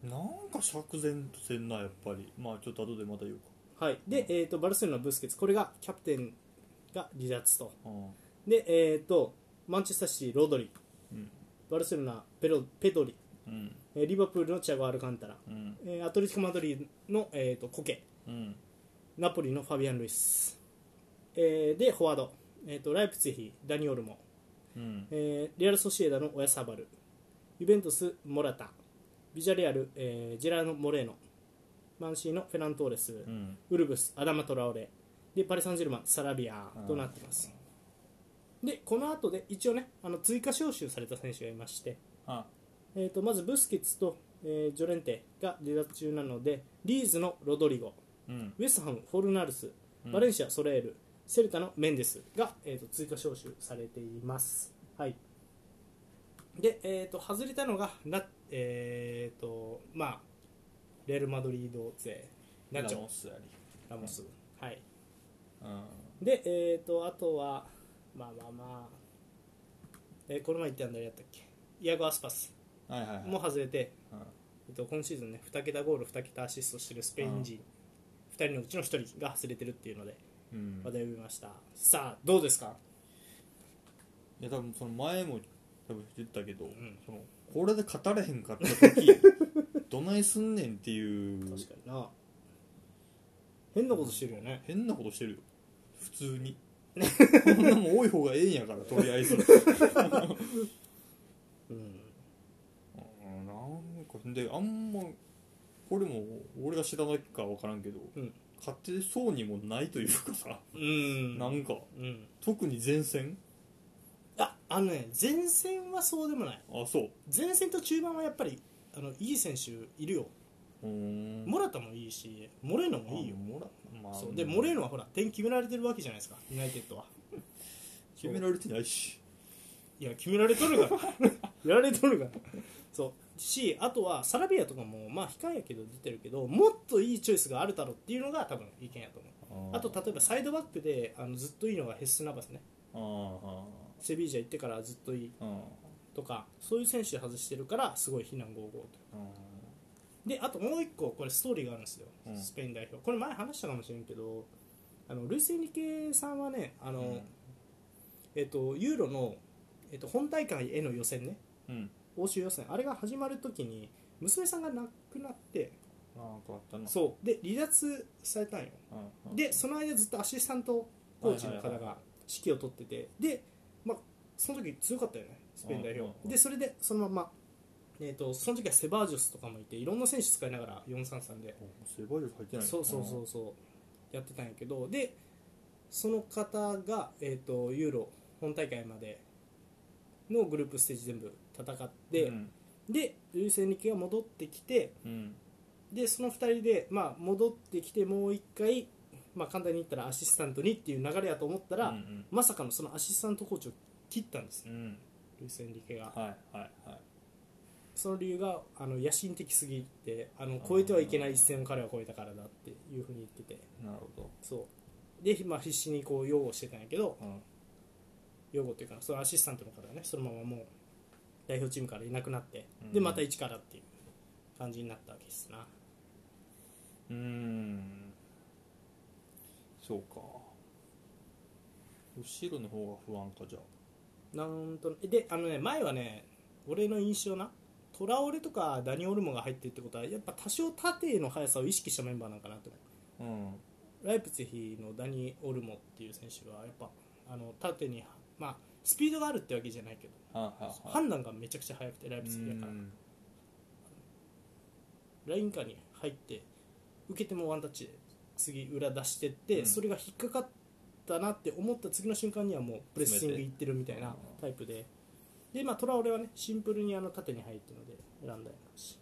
S2: なんか釈然とせんなやっぱりまあちょっと後でまた言うか
S1: はい、で、えー、とバルセロナ、ブスケツこれがキャプテンが離脱と
S2: うん
S1: で、えー、とマンチェスターシティ、ロドリ
S2: うん
S1: バルセロナ、ペロペドリ
S2: うん
S1: えーリバプールのチアゴ・アルカンタラ、
S2: うん
S1: えーアトレティコ・マドリードの、えー、とコケ
S2: うん
S1: ナポリのファビアン・ルイス、えーで、フォワード、えー、とライプツィヒ、ダニ・オルモ、
S2: うん
S1: えー、レアル・ソシエダのオヤサバルユベントス・モラタビジャレアル、えージェラーノ・モレーノマンシーのフェラン・トーレス、
S2: うん
S1: ウルブス、アダマ・トラオレでパリ・サンジェルマン、サラビア
S2: うん
S1: となってますでこの後で一応ねあの追加招集された選手がいまして、
S2: あ
S1: えー、とまずブスケツと、えージョレンテが離脱中なのでリーズのロドリゴ
S2: うん
S1: ウェストハム、フォルナルス
S2: うん
S1: バレンシア、ソレールセルタのメンデスが、えー、と追加招集されています、はいでえー、と外れたのがな、えーとまあ、レアル・マドリード勢ナチョ
S2: ラモスやり
S1: ラモス、はい、
S2: うん
S1: で、えー、とあとは、まあまあまあ、えーこの前言ったんだやったっけ、イアゴ・アスパス
S2: はいはいはい
S1: も外れて、
S2: うん
S1: えー、と今シーズンね、2桁ゴール、2桁アシストしてるスペイン人、2人のうちの1人が外れてるっていうので、
S2: うん
S1: 話題を見ました、さあどうですか
S2: いや多分その前も多分言ったけど、
S1: ん
S2: そのこれで語れへんかった時 どないすんねんっていう
S1: 確かにな変なことしてるよね
S2: 変なことしてるよ普通 にこんなもん多い方がええんやからとりあえずうん
S1: うん
S2: なんかであんまこれも俺が知らないか分からんけど、
S1: うん
S2: 勝手そうにもないというかさ、
S1: うん
S2: なんか
S1: うん
S2: 特に前線
S1: ああのね前線はそうでもない
S2: あそう
S1: 前線と中盤はやっぱりあのいい選手いるよ
S2: うーん
S1: モラタもいいしモレーノもいいよ
S2: もら、まあ、
S1: そうでモレーノはほら点決められてるわけじゃないですかユナイテッドは
S2: 決められてないし
S1: いや決められとるからやられ とるからそうしあとはサラビアとかもまあ控えやけど出てるけどもっといいチョイスがあるだろうっていうのが多分意見やと思うあと例えばサイドバックであのずっといいのがヘッスナバスね
S2: あー
S1: セビージャ行ってからずっといい
S2: あーあ
S1: とかそういう選手外してるからすごい非難合々と
S2: ーあ
S1: であともう一個これストーリーがあるんですよ、
S2: うん
S1: スペイン代表これ前話したかもしれんけどあのルイス・エンリケさんはねあの、
S2: うん
S1: えっとユーロの、えっと、本大会への予選ね
S2: ーうん
S1: 欧州予選あれが始まるときに娘さんが亡くなって
S2: なんかあったな
S1: そうで離脱されたんよ
S2: うん
S1: でその間ずっとアシスタントコーチの方
S2: はいはいは
S1: が指揮を取っててで、まあ、その時強かったよねスペイン代
S2: うんうんう
S1: 表
S2: ん
S1: でそれでそのまま、えー、とその時はセバージョスとかもいていろんな選手使いながら433で
S2: おセバイル入ってない
S1: そうそうそうそうやってたんやけどでその方が、えー、とユーロ本大会までのグループステージ全部戦って、
S2: うん
S1: でルイス・エンリケが戻ってきて
S2: うん
S1: でその2人で、まあ、戻ってきてもう1回、まあ、簡単に言ったらアシスタントにっていう流れやと思ったら、
S2: うん
S1: まさかのそのアシスタントコーチを切ったんです
S2: う
S1: ね
S2: んうん
S1: ルイス・エンリケが
S2: はいはいはい
S1: その理由があの野心的すぎてあの超えてはいけない一線を彼は超えたからだっていうふうに言ってて
S2: なるほど
S1: そうで、まあ、必死にこう擁護してたんやけど
S2: うん
S1: 擁護っていうかそのアシスタントの方がねそのままもう代表チームからいなくなって
S2: うん
S1: でまた一からっていう感じになったわけですな
S2: うーんそうか後ろの方が不安かじゃあ
S1: なんとであのね前はね俺の印象なトラオレとかダニオルモが入ってるってことはやっぱ多少縦への速さを意識したメンバーなんかなと思
S2: うん
S1: うライプツィヒのダニオルモっていう選手はやっぱあの縦にまあスピードがあるってわけじゃないけど
S2: はいはいはい
S1: 判断がめちゃくちゃ速くてライプツィヒだから
S2: うん
S1: ライン下に入って受けてもワンタッチで次裏出してって、
S2: うん
S1: それが引っかかったなって思った次の瞬間にはもうプレッシングいってるみたいなタイプでで、まあ、トラオレはねシンプルにあの縦に入ってるので選んだりもし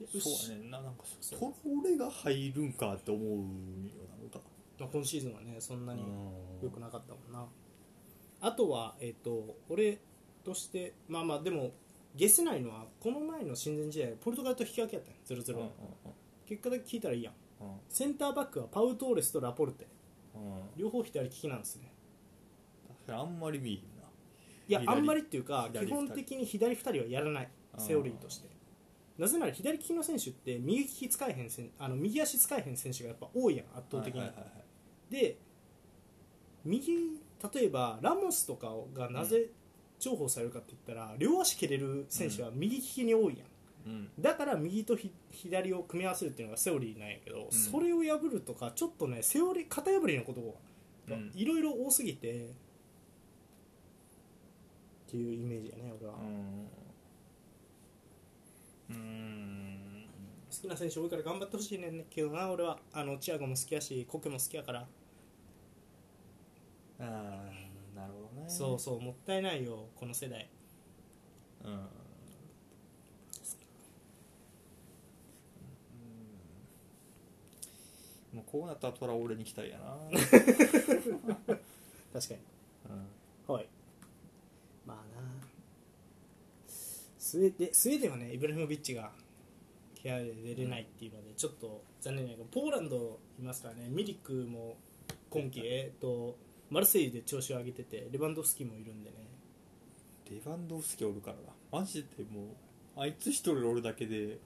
S1: でう
S2: そう
S1: し、
S2: やねんななんかそトロレが入るんかって思うんよななんか
S1: まあ、今シーズンはねそんなに
S2: う
S1: 良
S2: ん
S1: くなかったもんなあとは、えっと俺としてまあまあでもゲスないのはこの前の親善試合ポルトガルと引き分けやったんよ0-0、
S2: うんうん
S1: 結果だけ聞いたらいいやん
S2: うん
S1: センターバックはパウ・トーレスとラポルテ
S2: うんうん
S1: 両方左利きなんですね
S2: 確かにあんまり見えへんない
S1: やあ
S2: 左
S1: んまりっていうか
S2: 左
S1: 基本的に左2人はやらない
S2: あー
S1: セオリーとしてなぜなら左利きの選手って右利き使えへんせんあの右足使えへん選手がやっぱ多いやん圧倒的に、
S2: はいはいはいはい
S1: で右例えばラモスとかがなぜ重宝されるかって言ったら、両足蹴れる選手は右利きに多いやん
S2: うん
S1: だから右とひ左を組み合わせるっていうのがセオリーなんやけど、
S2: ん
S1: それを破るとかちょっとねセオリー型破りのことが
S2: うん
S1: いろいろ多すぎて、っていうイメージやね俺は、好
S2: うーん
S1: きな選手多いから頑張ってほしいねんけどな俺はあのチアゴも好きやしコケも好きやから、
S2: あーなるほどね
S1: そうそうもったいないよこの世代
S2: うんうんもうこうなったらトラ俺に来たいやな
S1: 確かに
S2: うん
S1: はいまあなスウェーデンスウェーデンはねイブラヒモビッチがケアで出れないっていうので、ちょっと残念だけどポーランドいますからねミリクも今季、えっと、マルセイユで調子を上げててレバンドフスキもいるんでね
S2: レバンドフスキおるからなマジでもうあいつ一人おるだけで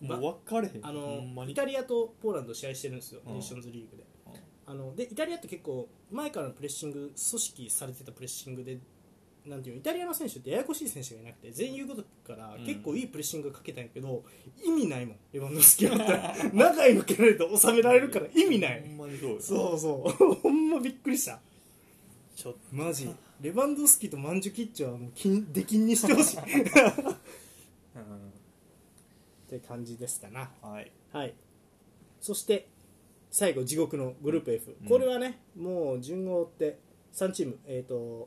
S2: もう分かれへん
S1: あ
S2: ほ
S1: の
S2: んまに
S1: イタリアとポーランド試合してるんですよ
S2: うん
S1: ネーションズリーグで、
S2: うん
S1: あのでイタリアって結構前からのプレッシング組織されてたプレッシングでなんていうのイタリアの選手ってややこしい選手がいなくて全員言うこと聞くから
S2: うん
S1: 結構いいプレッシングかけたんやけど、意味ないもんレバンドフスキだったら 長いの蹴られて収められるから意味ない
S2: ほんまにそうよ
S1: そうそう ほんまびっくりした
S2: ちょっ
S1: マジレバンドフスキとマンジュキッチはもう金出禁にしてほしいっ
S2: と、
S1: て感じでしたな
S2: はい
S1: はい、そして最後、地獄のグループ F、
S2: うん
S1: これはね、もう順を追って3チーム、えー、と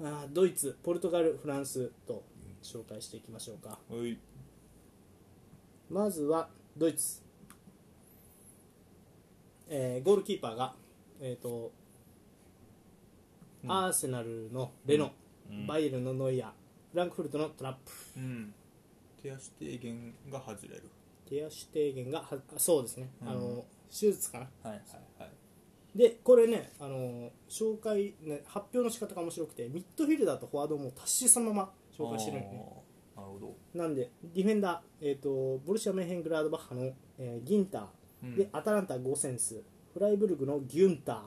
S1: あードイツ、ポルトガル、フランスと紹介していきましょうか、
S2: おい
S1: まずはドイツ、えーゴールキーパーが、えーと
S2: うん
S1: アーセナルのレノ、
S2: うん
S1: バイエルンのノイアー、フランクフルトのトラップ、
S2: うん手足低減が外れる
S1: 手足低減がはあそうですね、あ
S2: うん
S1: の手術かな。
S2: はいはいはい
S1: でこれね、あの紹介、ね、発表の仕方が面白くてミッドフィルダーとフォワードをもう達しそのまま紹介してるんで、ね、
S2: あーなるほど、
S1: なんでディフェンダー、えー、とボルシア・メンヘングラードバッハの、えーギンタ
S2: う
S1: ー
S2: ん
S1: でアタランタ・ゴセンスフライブルグのギュンター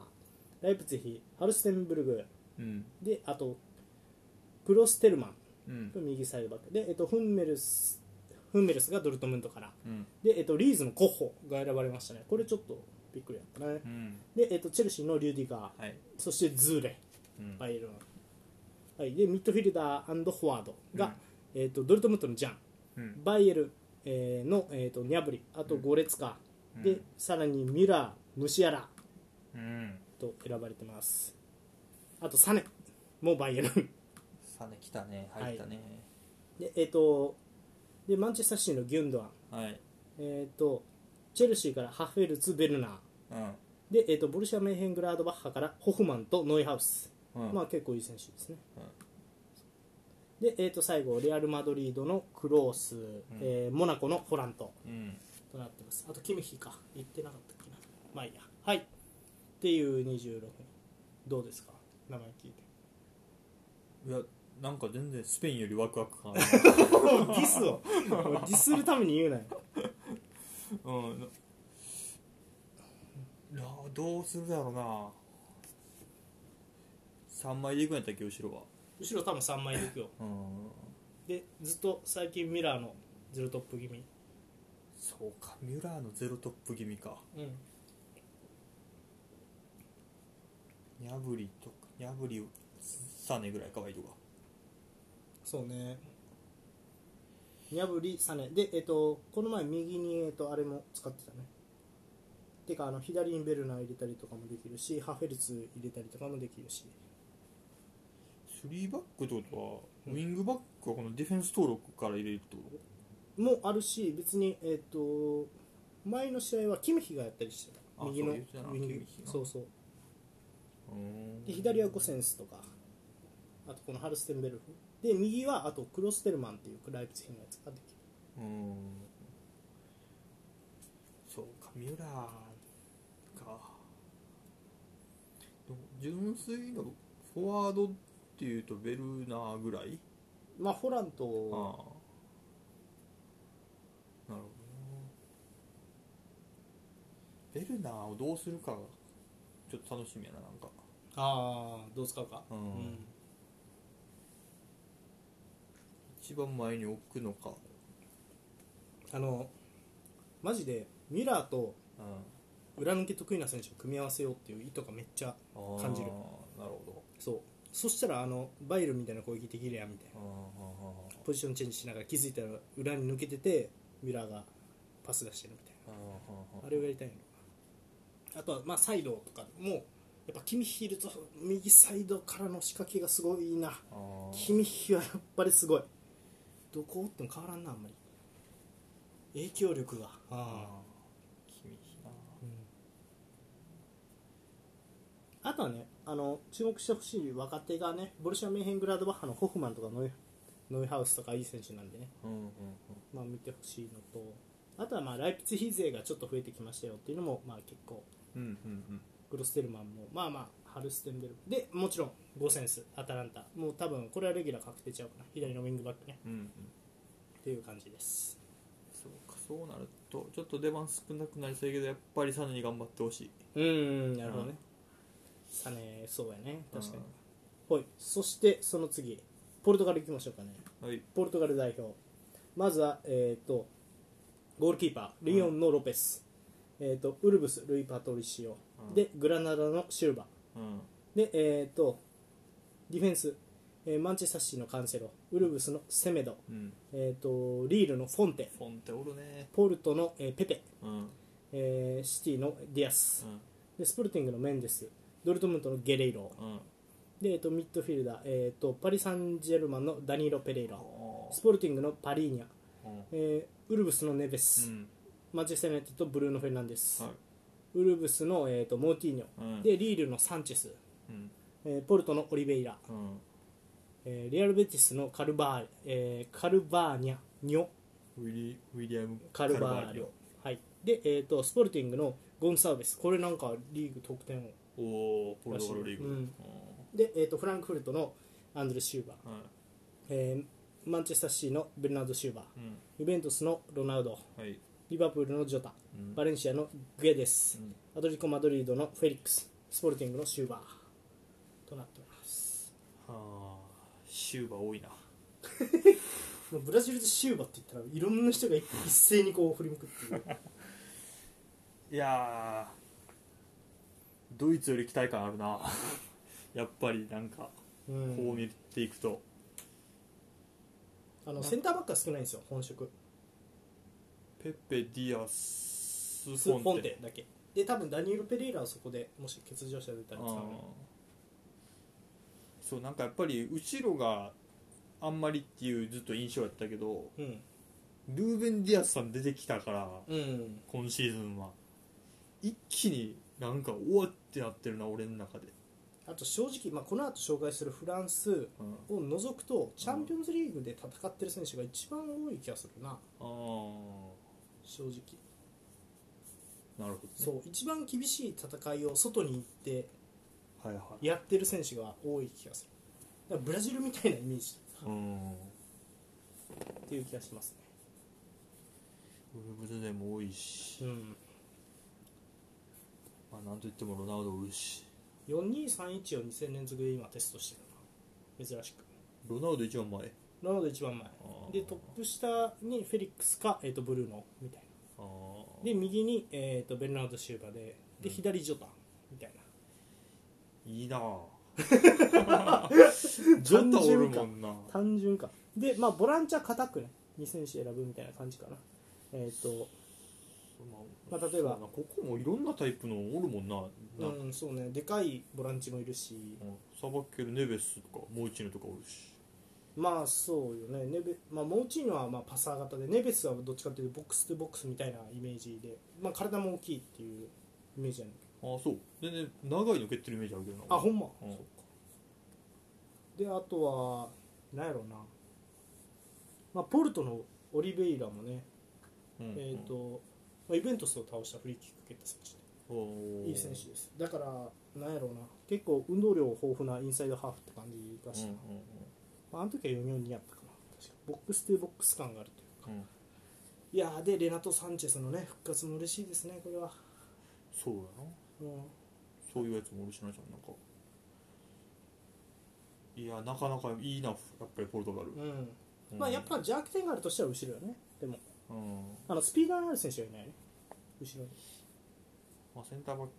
S1: ライプツィヒハルステンブルグ
S2: うん
S1: であとクロステルマン
S2: うん
S1: 右サイドバックで、えー、とフンメルスフンメルスがドルトムントから
S2: うん
S1: で、えー、とリーズのコッホが選ばれましたねこれちょっとびっくりだったね
S2: うん
S1: で、えー、とチェルシーのリューディガー
S2: はい
S1: そしてズーレ
S2: うん
S1: バイエルン、はい、でミッドフィルダーフォワード
S2: うん
S1: が、えー、とドルトムントのジャン
S2: うん
S1: バイエルン、えーの、えー、とニャブリあと
S2: うん
S1: ゴレツカ、
S2: うん
S1: でさらにミュラームシアラ
S2: うん
S1: と選ばれてますあとサネもバイエルン
S2: サネ来たね入ったね
S1: で,、えー、とでマンチェスターシティのギュンドアン、
S2: はい、
S1: えー、とチェルシーからハッフェルツ・ベルナーで、えー、とボルシア・メンヘングラードバッハからホフマンとノイハウス
S2: うんうん
S1: まあ結構いい選手ですね。で、えー、と最後、レアル・マドリードのクロース、えーモナコのホラント
S2: うん
S1: となってます。あと、キムヒか、言ってなかったっけな。まあいいや。はい。っていう26人。どうですか、名前聞いて。
S2: いやなんか全然スペインよりワクワク感あ
S1: ディスを、 ディスるために言うなよ。
S2: るうんいやどうするだろうな3枚でいくんやったっけ後ろは
S1: 後ろ、多分3枚でいくよ。
S2: うん
S1: で、ずっと最近、ミラーのゼロトップ気味。
S2: そうかミュラーのゼロトップ気味か
S1: うん。
S2: ニャブリとかニャブリサネぐらいかワイドが
S1: そうね。ニャブリ、サネ。で、えっと、この前、右に、えっと、あれも使ってたね。てか、あの左にベルナー入れたりとかもできるし、ハフェルツ入れたりとかもできるし。
S2: 3バックってことは、
S1: うん
S2: ウィングバックはこのディフェンス登録から入れるってこ
S1: もあるし、別に、えっと、前の試合はキムヒがやったりしてた。
S2: あ
S1: 右の
S2: そう
S1: ウ
S2: 言ってたな
S1: ィング
S2: キミヒ。な
S1: そうそう。
S2: とうん
S1: で、左はゴセンスとか、あとこのハルステンベルフ。で、右は、あとクロステルマンっていうライプツィヒのやつができる。
S2: うんそうかミュラーかでも純粋のフォワードっていうとベルナーぐらい
S1: まあ、ホランと、
S2: ああなるほどなベルナーをどうするかがちょっと楽しみやななんか
S1: ああ、どう使うか。
S2: うん一番前に置くのか
S1: あのマジでミラーと
S2: う
S1: 裏抜け得意な選手を組み合わせようっていう意図がめっちゃ
S2: ん
S1: 感じる
S2: あーなるほ
S1: そうそしたらあのバイルみたいな攻撃できるやんみたいな
S2: どあ
S1: ポジションチェンジしながら気づいたら裏に抜けててミラーがパス出してるみたい
S2: ーはーはーはー
S1: なあれをやりたいのあとはまあサイドとかもやっぱキミッヒいると右サイドからの仕掛けがすごいな
S2: あー
S1: キミッヒはやっぱりすごいどこ打っても変わらんなあんまり影響力がああ
S2: あー君ひな
S1: あとはねあの注目してほしい若手がねボルシア・メンヘングラードバッハのホフマンとかノイノイハウスとかいい選手なんでね、
S2: うんうんうん
S1: まあ、見てほしいのとあとはまあライプツィヒ勢がちょっと増えてきましたよっていうのもまあ結構
S2: うんうん
S1: グロステルマンもまあまあハルステンベルでもちろんゴセンスアタランタもう多分これはレギュラー確定ちゃうかな左のウィングバックね
S2: うんうん
S1: っていう感じです
S2: そうかそうなるとちょっと出番少なくなりそうやけどやっぱりサネに頑張ってほしい
S1: うんなるほどね、サネそうやね確かにほいそしてその次ポルトガル行きましょうかね
S2: うんはい
S1: ポルトガル代表まずはえっ、とゴールキーパーリヨンのロペス、えっ、とウルブスルイ・パトリシオ、
S2: うん
S1: でグラナダのシルバ
S2: うん
S1: でえっ、とディフェンス、えーマンチェスターシティのカンセロウルブスのセメド、
S2: うん
S1: えっ、とリールのフォンテ
S2: フォンっておるね
S1: ポルトの、えーペペ、
S2: うんうん
S1: えーシティのディアス、でスプルティングのメンデスドルトムントのゲレイロ
S2: うん
S1: で、えっとミッドフィルダー、えっとパリ・サンジェルマンのダニーロ・ペレイラ
S2: お
S1: スポルティングのパリーニャ、
S2: うん
S1: えーウルブスのネベ
S2: う
S1: ス、
S2: ん
S1: マンチェスター・ユナイテッドとブルーノ・フェルナンデス、
S2: はい
S1: ウルブスの、えっとモーティーニョ、
S2: うん
S1: でリールのサンチェス、
S2: うん
S1: えーポルトのオリベイラ、
S2: うん
S1: えーレアル・ベティスのカルバー、えーカルバーニャニョ
S2: ウィリウィリアム・
S1: カルバーリョはいでえっとスポルティングのゴンサーベスこれなんかリーグ得点王
S2: おおポルトガルリーグ、
S1: う
S2: うん
S1: で、えー、とフランクフルトのアンドレ・シューバー、
S2: はい
S1: えーマンチェスター・シティのベルナード・シューバー
S2: うん
S1: ユベントスのロナウド
S2: はい
S1: リバプールのジョタ
S2: うん
S1: バレンシアのグエデス
S2: うん
S1: アトリコ・マドリードのフェリックススポルティングのシューバーとなっております
S2: はあシューバ多いな
S1: もうブラジルでシューバーって言ったらいろんな人が一一斉にこう振り向くっていう
S2: いやードイツより期待感あるな やっぱりなんか
S1: う
S2: こ
S1: ん
S2: う見ていくと、
S1: あのセンターバックは少ないんですよ本職
S2: ペッペ・ディアス・
S1: ス
S2: フ
S1: ポ
S2: ォ
S1: ン
S2: ンテ
S1: テだけで多分ダニール・ペレイラはそこでもし欠場者出たら使うね
S2: うんそうなんかやっぱり後ろがあんまりっていうずっと印象やったけど
S1: うん
S2: ルーベン・ディアスさん出てきたから
S1: うん
S2: 今シーズンは一気になんかおわってなってるな俺の中で、
S1: あと正直、まあ、この後紹介するフランス
S2: うん、
S1: を除くとチャンピオンズリーグで戦ってる選手が一番多い気がするな
S2: ああ
S1: 正直
S2: なるほどね
S1: そう一番厳しい戦いを外に行って
S2: はいはい
S1: やってる選手が多い気がするだからブラジルみたいなイメージ
S2: うん
S1: っていう気がします
S2: ウルブズでも多いし、
S1: ね、うん、
S2: まあ、なんといってもロナウドおるし
S1: 4231を2戦連続で今テストしてるな珍しく
S2: ロナウド一番前あ
S1: なので一番前
S2: ー
S1: でトップ下にフェリックスか、えー、とブルーノみたいな
S2: あー
S1: で右に、えー、とベルナード・シューバーでで左ジョタみたいない
S2: い なあジョタおるもんな
S1: 単純かでまあボランチは固くね2選手選ぶみたいな感じかなえっ、とまあ例えば
S2: そうなここもいろんなタイプのおるもんなな、うん
S1: うんそうねでかいボランチもいるし
S2: サバッケルネベスとかモイチーノとかおるし
S1: まあそうよねネベ、まあ、モーチーノはまあパサー型でネベスはどっちかっていうとボックスとボックスみたいなイメージで、まあ、体も大きいっていうイメージやねんけ
S2: ああそう全然長いの蹴ってるイメージあるけどな
S1: どあほんま、
S2: うん
S1: そっかであとはなんやろうな、まあ、ポルトのオリベイラもね、
S2: うんうん
S1: えっ、と、まあ、イベントスを倒したフリーキック蹴った選手で
S2: おー
S1: いい選手ですだからなんやろうな結構運動量豊富なインサイドハーフって感じがし
S2: うん
S1: た
S2: う
S1: な、
S2: ん
S1: まあ、あの時は4 4 2やったかな確かボックスとボックス感があるというか
S2: うんうん
S1: いやーでレナト・サンチェスのね復活も嬉しいですねこれは、
S2: そうやな
S1: うん、
S2: そういうやつもおるしなじゃんなんかいやなかなかいいなやっぱりポルトガル、
S1: うん
S2: うん
S1: まあやっぱ弱点があるとしたら後ろよねでも
S2: うん
S1: あのスピードのある選手はいないね後ろに
S2: まあ、センターバック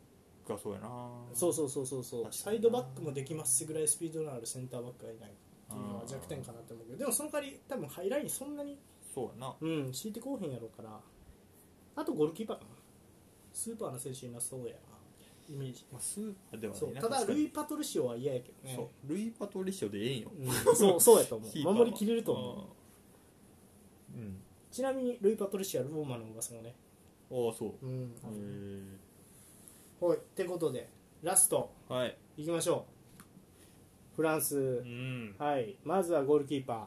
S2: がそうやな
S1: そうそうそうそうそう
S2: 確かに
S1: サイ
S2: な
S1: ドバックもできますぐらいスピードのあるセンターバックはいないっていうのは弱点かなと思うけどでもその代わり多分ハイラインそんなに
S2: そうやな
S1: うん、敷いてこうへんやろうから、あとゴールキーパーかな。スーパーの選手いなそうやな、イメージ。
S2: まあ、スーパーでは
S1: そ
S2: な
S1: う
S2: いな
S1: ただ、
S2: 確か
S1: ルイ・
S2: に
S1: パトルシオは嫌やけどね。
S2: そうルイ・パトリシオでええんよ
S1: うんそうそうやと 思
S2: キーパ
S1: う。
S2: ーは
S1: 守りきれると思う。
S2: うん、うん、
S1: ちなみに、ルイ・パトルシオはローマの噂もね。
S2: ああそう
S1: うん。
S2: へえ
S1: はい、ってことで、ラスト、
S2: はい
S1: いきましょう。フランス
S2: う、ん
S1: はい、まずはゴールキーパー、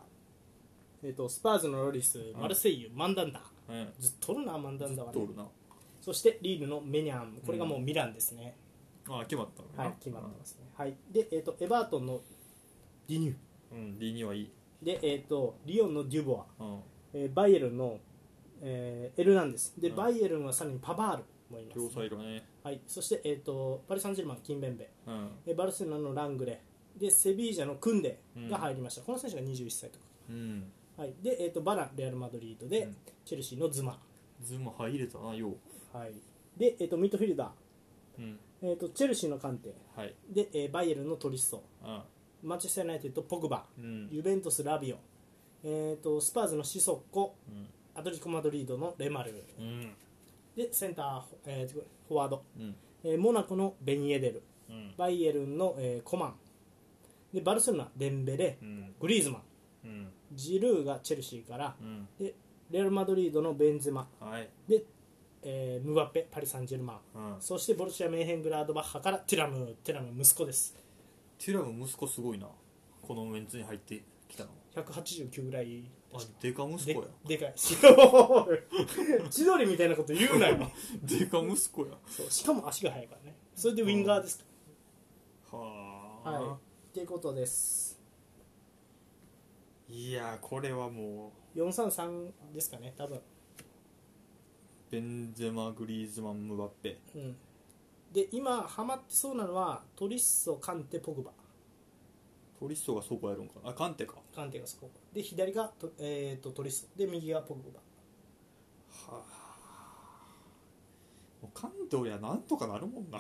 S1: えっとスパーズのロリス、マルセイユ、マンダンダ。
S2: うん
S1: ずっとおるな、マンダンダは
S2: 通
S1: ね
S2: る。な
S1: そして、リールのメニャン、これがもうミランですね。
S2: ああ決まったのね
S1: はい、決まってますね。はい、で、えっ、と、エバートンのディニュー。
S2: うん D2 はいい
S1: で、えっ、と、リオンのデュボア、
S2: うん
S1: えーバイエルンのえーエルナンデスで、
S2: うん
S1: バイエルンはさらにパバールもいます、
S2: 両サイドね
S1: はい、そして、えー、とパリ・サンジェルマン、キンベンベ
S2: うん
S1: えーバルセロナのラングレーでセビージャのクンデが入りました、この選手が21歳と
S2: うん
S1: か、はいでえー、とバラン、レアル・マドリードで、
S2: うん
S1: チェルシーのズマ、
S2: ズーム入れたなよう
S1: はいでえー、とミッドフィルダー、
S2: うん
S1: えー、とチェルシーの鑑定
S2: はい
S1: で、えーバイエルンのトリスソマンチェスター・ユナイテッド、ポグバ、
S2: うんうん
S1: ユベントス、ラビオ、えー、とスパーズのシソッコ
S2: うん
S1: アトリコ・マドリードのレマル
S2: うん
S1: でセンター、えーフォワード、
S2: うん
S1: えーモナコのベニエデル
S2: うん
S1: バイエルンの、えーコマンでバルセロナ、デンベレ
S2: うん
S1: グリーズマン
S2: うん
S1: ジルーがチェルシーから
S2: うん
S1: でレアル・マドリードのベンゼマ
S2: はい
S1: で、えームバペパリ・サンジェルマン
S2: うん
S1: そしてボルシア・メーヘングラードバッハからテュラムテュラム息子です
S2: テュラム息子すごいなこのメンツに入ってきたの
S1: 189ぐらい
S2: あデカ息
S1: で
S2: 子や
S1: で かい千鳥みたいなこと言う なよ
S2: デカ息子や
S1: そうしかも足が速いからねそれでウィンガーです
S2: はあ、
S1: はいっていうことです
S2: い、やーこれはも
S1: 433ですかね多分
S2: うベンゼマグリーズマンムバッペ
S1: うんで今ハマってそうなのはトリッソカンテポグバ
S2: トリッソがそこやるんかあカンテか
S1: カンテがそこで左がト,、えー、とトリッソで右がポグバ
S2: はあもうカンテおりゃなんとかなるも んな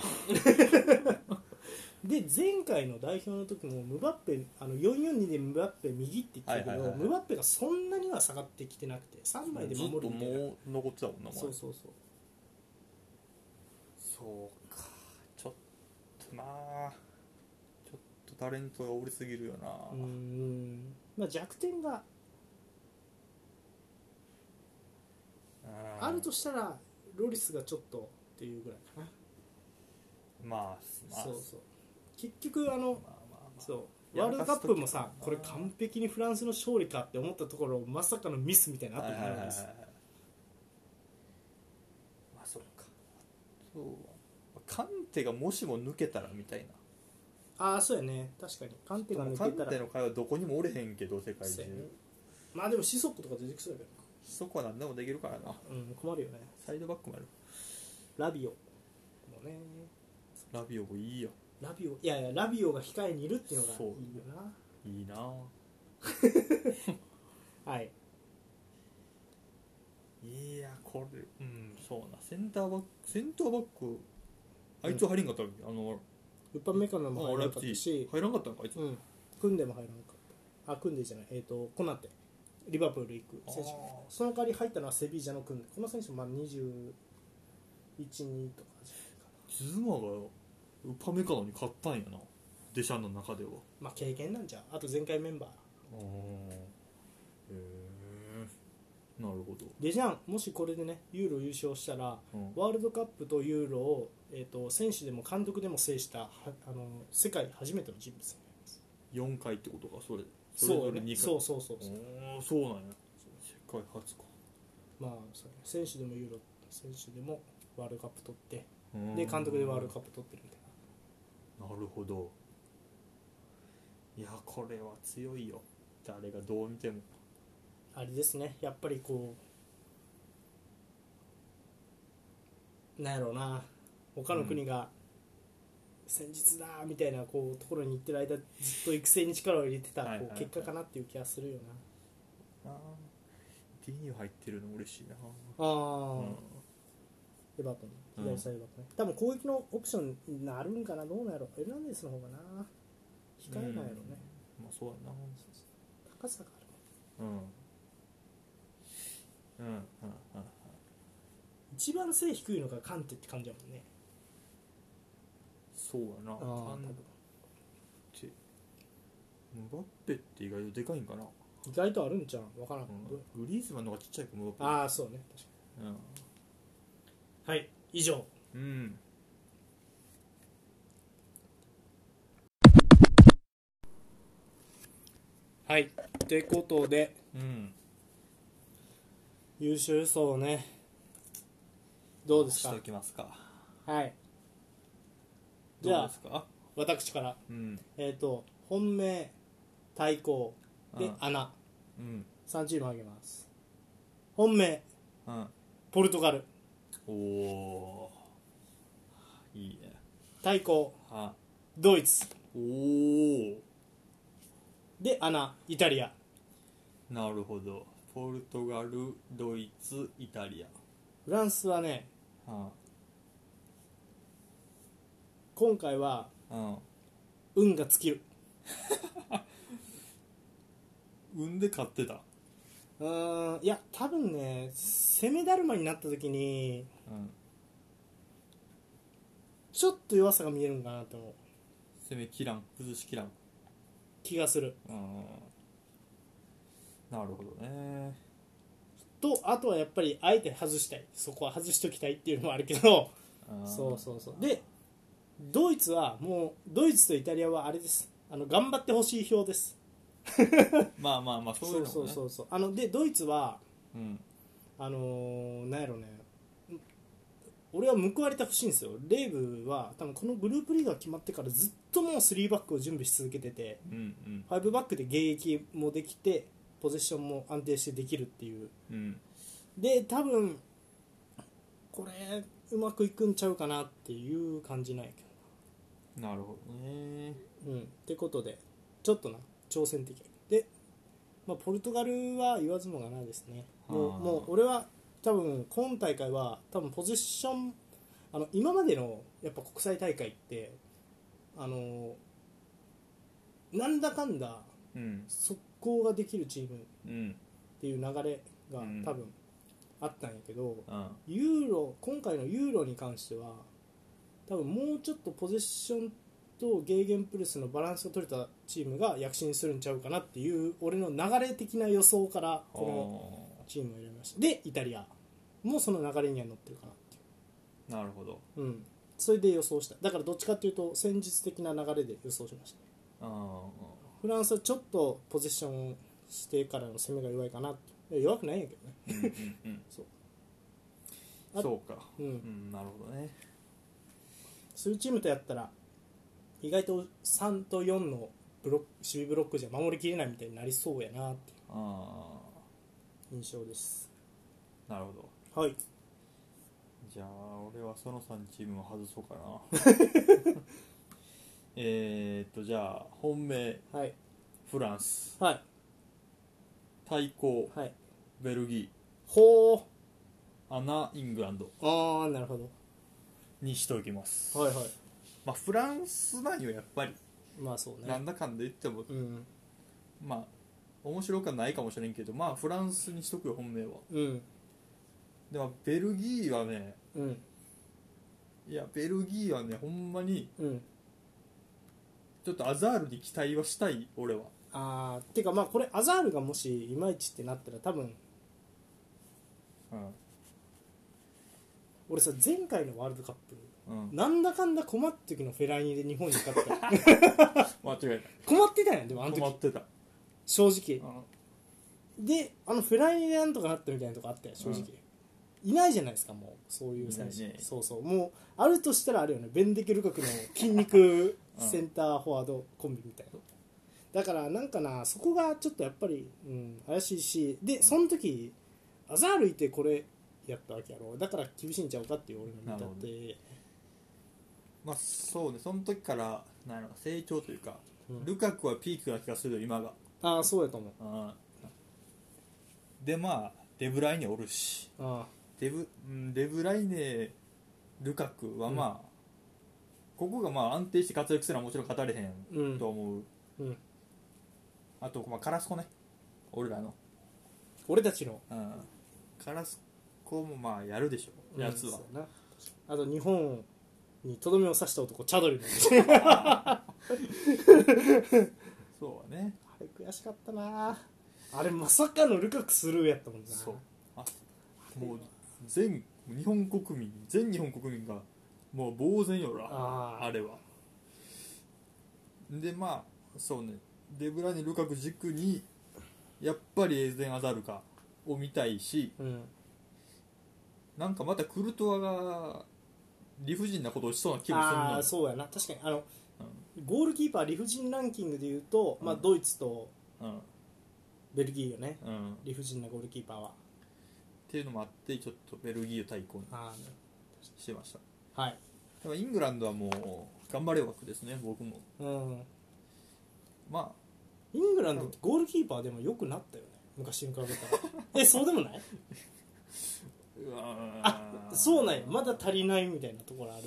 S1: で前回の代表の時もムバッペあの442でムバッペ右って言ってたけど、
S2: はいはいはいはい
S1: ムバッペがそんなには下がってきてなくて3枚で
S2: ずっ
S1: 守
S2: と
S1: るみたいな
S2: もう残ってたもんなお前
S1: そうそうそう
S2: そうかちょっとなあちょっとタレントがおりすぎるよな
S1: うーんまあ、弱点が
S2: うん
S1: あるとしたらロリスがちょっとっていうぐらいかな、
S2: まあまあ
S1: そうそう結局あの
S2: まあまあまあ
S1: そう
S2: や
S1: ワー
S2: ら
S1: ル
S2: か
S1: ド
S2: す
S1: カップもさ
S2: 時
S1: これ完璧にフランスの勝利かって思ったところまさかのミスみたいなのあ
S2: は
S1: っ
S2: い
S1: た
S2: は
S1: じ
S2: い
S1: ゃ
S2: はい
S1: ないです
S2: はい
S1: か
S2: まあそうかそうカンテがもしも抜けたらみたい
S1: ああそうやね確かにカンテ
S2: な
S1: が抜
S2: カン
S1: けたら
S2: テの会はどこにもおれへんけど世界
S1: そう
S2: 中
S1: やねまあでもシソックとか出てきそうやけ
S2: そこは何でもできるからな
S1: どなうん困るよね
S2: サイドバックもやる
S1: ラビオもね
S2: ラビオもいいよ
S1: ラビオいやいやラビオが控えにいるっていうのがいい
S2: そう
S1: よない
S2: いなあ
S1: はい
S2: いやこれうんそうなセンターバックセンターバックあいつは入れんかったのあの
S1: ウッパンメカノも入らなかっ
S2: あ
S1: た
S2: ライ
S1: し
S2: プツィヒ入らんかったのかあいつ
S1: うん、組んでも入らなかったあ組んでじゃないえっ、とコナテリバプール行く選手
S2: あー
S1: その代わり入ったのはセビージャの組んでこの選手もまあ212とかじゃないかな
S2: ズマがウパメカノに勝ったんやなデシャンの中では
S1: まあ経験なんじゃうあと前回メンバー
S2: あへえなるほど、
S1: デジャンもしこれでねユーロ優勝したら
S2: うん
S1: ワールドカップとユーロを、えー、と選手でも監督でも制したはあの世界初めての人物になります
S2: 4回ってことかそれ
S1: そう
S2: れぞれ
S1: ね
S2: 二回
S1: そうそうそうそう、
S2: おーそうなんや世界初か
S1: まあそうね選手でもユーロ選手でもワールドカップ取って
S2: うん
S1: で監督でワールドカップ取ってるみたいな
S2: なるほどいやこれは強いよ誰がどう見ても
S1: あれですねやっぱりこうなんやろうな他の国が戦術だみたいなこうところに行ってる間ずっと育成に力を入れてた
S2: はいはい
S1: こ
S2: は
S1: う
S2: い
S1: 結果かなっていう気がするよな
S2: あー D に入ってるの嬉しいな
S1: ああ
S2: うん
S1: エバート
S2: う
S1: ン
S2: ん
S1: 左サイドバックね多分攻撃のオプションになるんかなどうなんやろエルナンデスの方がな控えないやろね
S2: うんまあそうやな
S1: 高さがある
S2: うんうんうんうん
S1: 一番背低いのがカンテって感じやもんね
S2: そうやな
S1: ああ
S2: カンテムバッペって意外とでかいんかな、
S1: 意外とあるんじゃん分からん、
S2: うん、グリーズマンの方がちっちゃいかムバッ
S1: ああそうね確かに
S2: ペう
S1: は
S2: ん
S1: い以上
S2: うん
S1: はいってことで
S2: うん
S1: 優勝予想をねどうです
S2: し
S1: か
S2: ておきますか
S1: はいじ
S2: ど
S1: ゃ
S2: う
S1: あ
S2: ですか
S1: 私から
S2: うん
S1: えっ、と本命対抗で
S2: うん
S1: 穴
S2: うん
S1: 3チームあげます本命
S2: うん
S1: ポルトガル
S2: おおーいいね
S1: 対抗
S2: は
S1: ドイツ
S2: おお
S1: で穴イタリア
S2: なるほどポルトガルドイツイタリ
S1: フランスはね
S2: アは
S1: 今回は
S2: うん
S1: 運が尽きる
S2: 産んで買ってた
S1: うーんいや多分ね攻めだるまになった時に
S2: うん
S1: ちょっと弱さが見えるんかなと思う
S2: 攻め切らん崩し切らん
S1: 気がする
S2: うんなるほどね
S1: とあとはやっぱりあえて外したいそこは外しときたいっていうのもあるけど
S2: うん
S1: そうそうそうでドイツはもうドイツとイタリアはあれですあの頑張ってほしい票です
S2: まあまあまあそういうのも、ね、
S1: そうそうそうあのでドイツは
S2: うん
S1: あのーなんやろねん俺は報われてほしいんですよレイブは多分このグループリーグが決まってからずっともう3バックを準備し続けてて
S2: うん
S1: 5バックで現役もできてポゼッションも安定してできるっていう
S2: うんうん
S1: で多分これうまくいくんちゃうかなっていう感じなんやけ
S2: なるほどね
S1: どうんってことでちょっとな挑戦的で、まあ、ポルトガルは言わずもがなですねもう
S2: あー
S1: もう俺は多分今大会は多分ポジションあの今までのやっぱ国際大会ってあのなんだかんだ
S2: うん
S1: 速攻ができるチーム
S2: うん
S1: っていう流れが
S2: うん
S1: 多分あったんやけど、
S2: うん
S1: ユーロ今回のユーロに関しては多分もうちょっとポゼッションとゲーゲンプレスのバランスを取れたチームが躍進するんちゃうかなっていう俺の流れ的な予想からこのチームを選びましたでイタリアもその流れには乗ってるかなってい
S2: あーなるほど
S1: う、うん、それで予想しただからどっちかっていうと戦術的な流れで予想しました
S2: あ
S1: フランスはちょっとポゼッションしてからの攻めが弱いかなっていや弱くないんやけどね
S2: ーうんうんうん
S1: そうあ
S2: そうか
S1: うん
S2: うんなるほどね
S1: そういうチームとやったら意外と3と4のブロック守備ブロックじゃ守りきれないみたいになりそうやなってい
S2: あ
S1: う印象です
S2: あなるほど
S1: はい
S2: じゃあ俺はその3チームを外そうかな えーっとじゃあ本命
S1: はい
S2: フランス
S1: はい
S2: 対抗
S1: はい
S2: ベルギ
S1: ほ
S2: ー穴イングランド
S1: うああなるほ
S2: にしておきます
S1: どはいはい
S2: まあフランスなんよやっぱり
S1: まあそう
S2: な
S1: ね
S2: んだかんだ言っても
S1: うん
S2: まあ面白くはないかもしれんけどまあフランスにしとくよ本命は
S1: うん
S2: でもベルギーはね
S1: うん
S2: いやベルギーはねほんまに
S1: うん
S2: ちょっとアザールに期待はしたい俺は
S1: ああてかまあこれアザールがもしいまいちってなったら多分
S2: うん
S1: 俺さ前回のワールドカップ
S2: うん、
S1: なんだかんだ困った時のフェライニで日本に勝った
S2: 間違え
S1: 困ってたやんでもあ
S2: た
S1: の
S2: 止ま
S1: 時
S2: ってた、
S1: 正直
S2: うん
S1: であのフェライニでなんとかなったみたいなとこあったよ正直、いないじゃないですかもうそういう選手
S2: いないね
S1: そうそうもうあるとしたらあれよねベンデケルカクの筋肉
S2: うん
S1: センターフォワードコンビみたいなだからなんかなそこがちょっとやっぱり、うん、怪しいしでその時アザールいてこれやったわけやろだから厳しいんちゃうかっていう俺の見立て、
S2: まあそうねその時からなんやろ成長というか、
S1: うん
S2: ルカクはピークな気がするよ今が、
S1: ああそうやと思う
S2: うん、でまあデブライネおるし
S1: あ
S2: デブうんデブライネルカクはまあ、ここがまあ安定して活躍するのはもちろん語れへ
S1: あうん
S2: と
S1: ん、
S2: 思う、
S1: うん、
S2: あと、まあ、カラスコね俺らの、
S1: 俺たちの
S2: うん、カラスコもまあやるでしょやつは、
S1: うんそうやなあと日本にとどめを刺した男チャドリもいるし
S2: そうはね
S1: あれ悔しかったなあれまさかのルカクスルーやったもんな
S2: そうあもう全日本国民全日本国民がもう呆然よら
S1: あ
S2: あ
S1: ー
S2: れはでまあそうねデブライネルカク軸にやっぱりエーゼン・アザルカを見たいし
S1: うん
S2: なんかまたクルトワが理不尽なことをしそうな気もするの
S1: あ
S2: よ
S1: あそうやな確かにあの、ゴールキーパー理不尽ランキングでいうと、まあ、
S2: うん
S1: ドイツと
S2: うん
S1: ベルギーよね
S2: うん
S1: 理不尽なゴールキーパーは
S2: っていうのもあってちょっとベルギーを対抗に
S1: あ
S2: してました
S1: ーはい
S2: でもイングランドはもう頑張れ枠ですね僕も
S1: うん
S2: ま
S1: イングランドってゴールキーパーでも良くなったよね昔に比べた らえそうでもない
S2: あ
S1: あそうなんやまだ足りないみたいなところある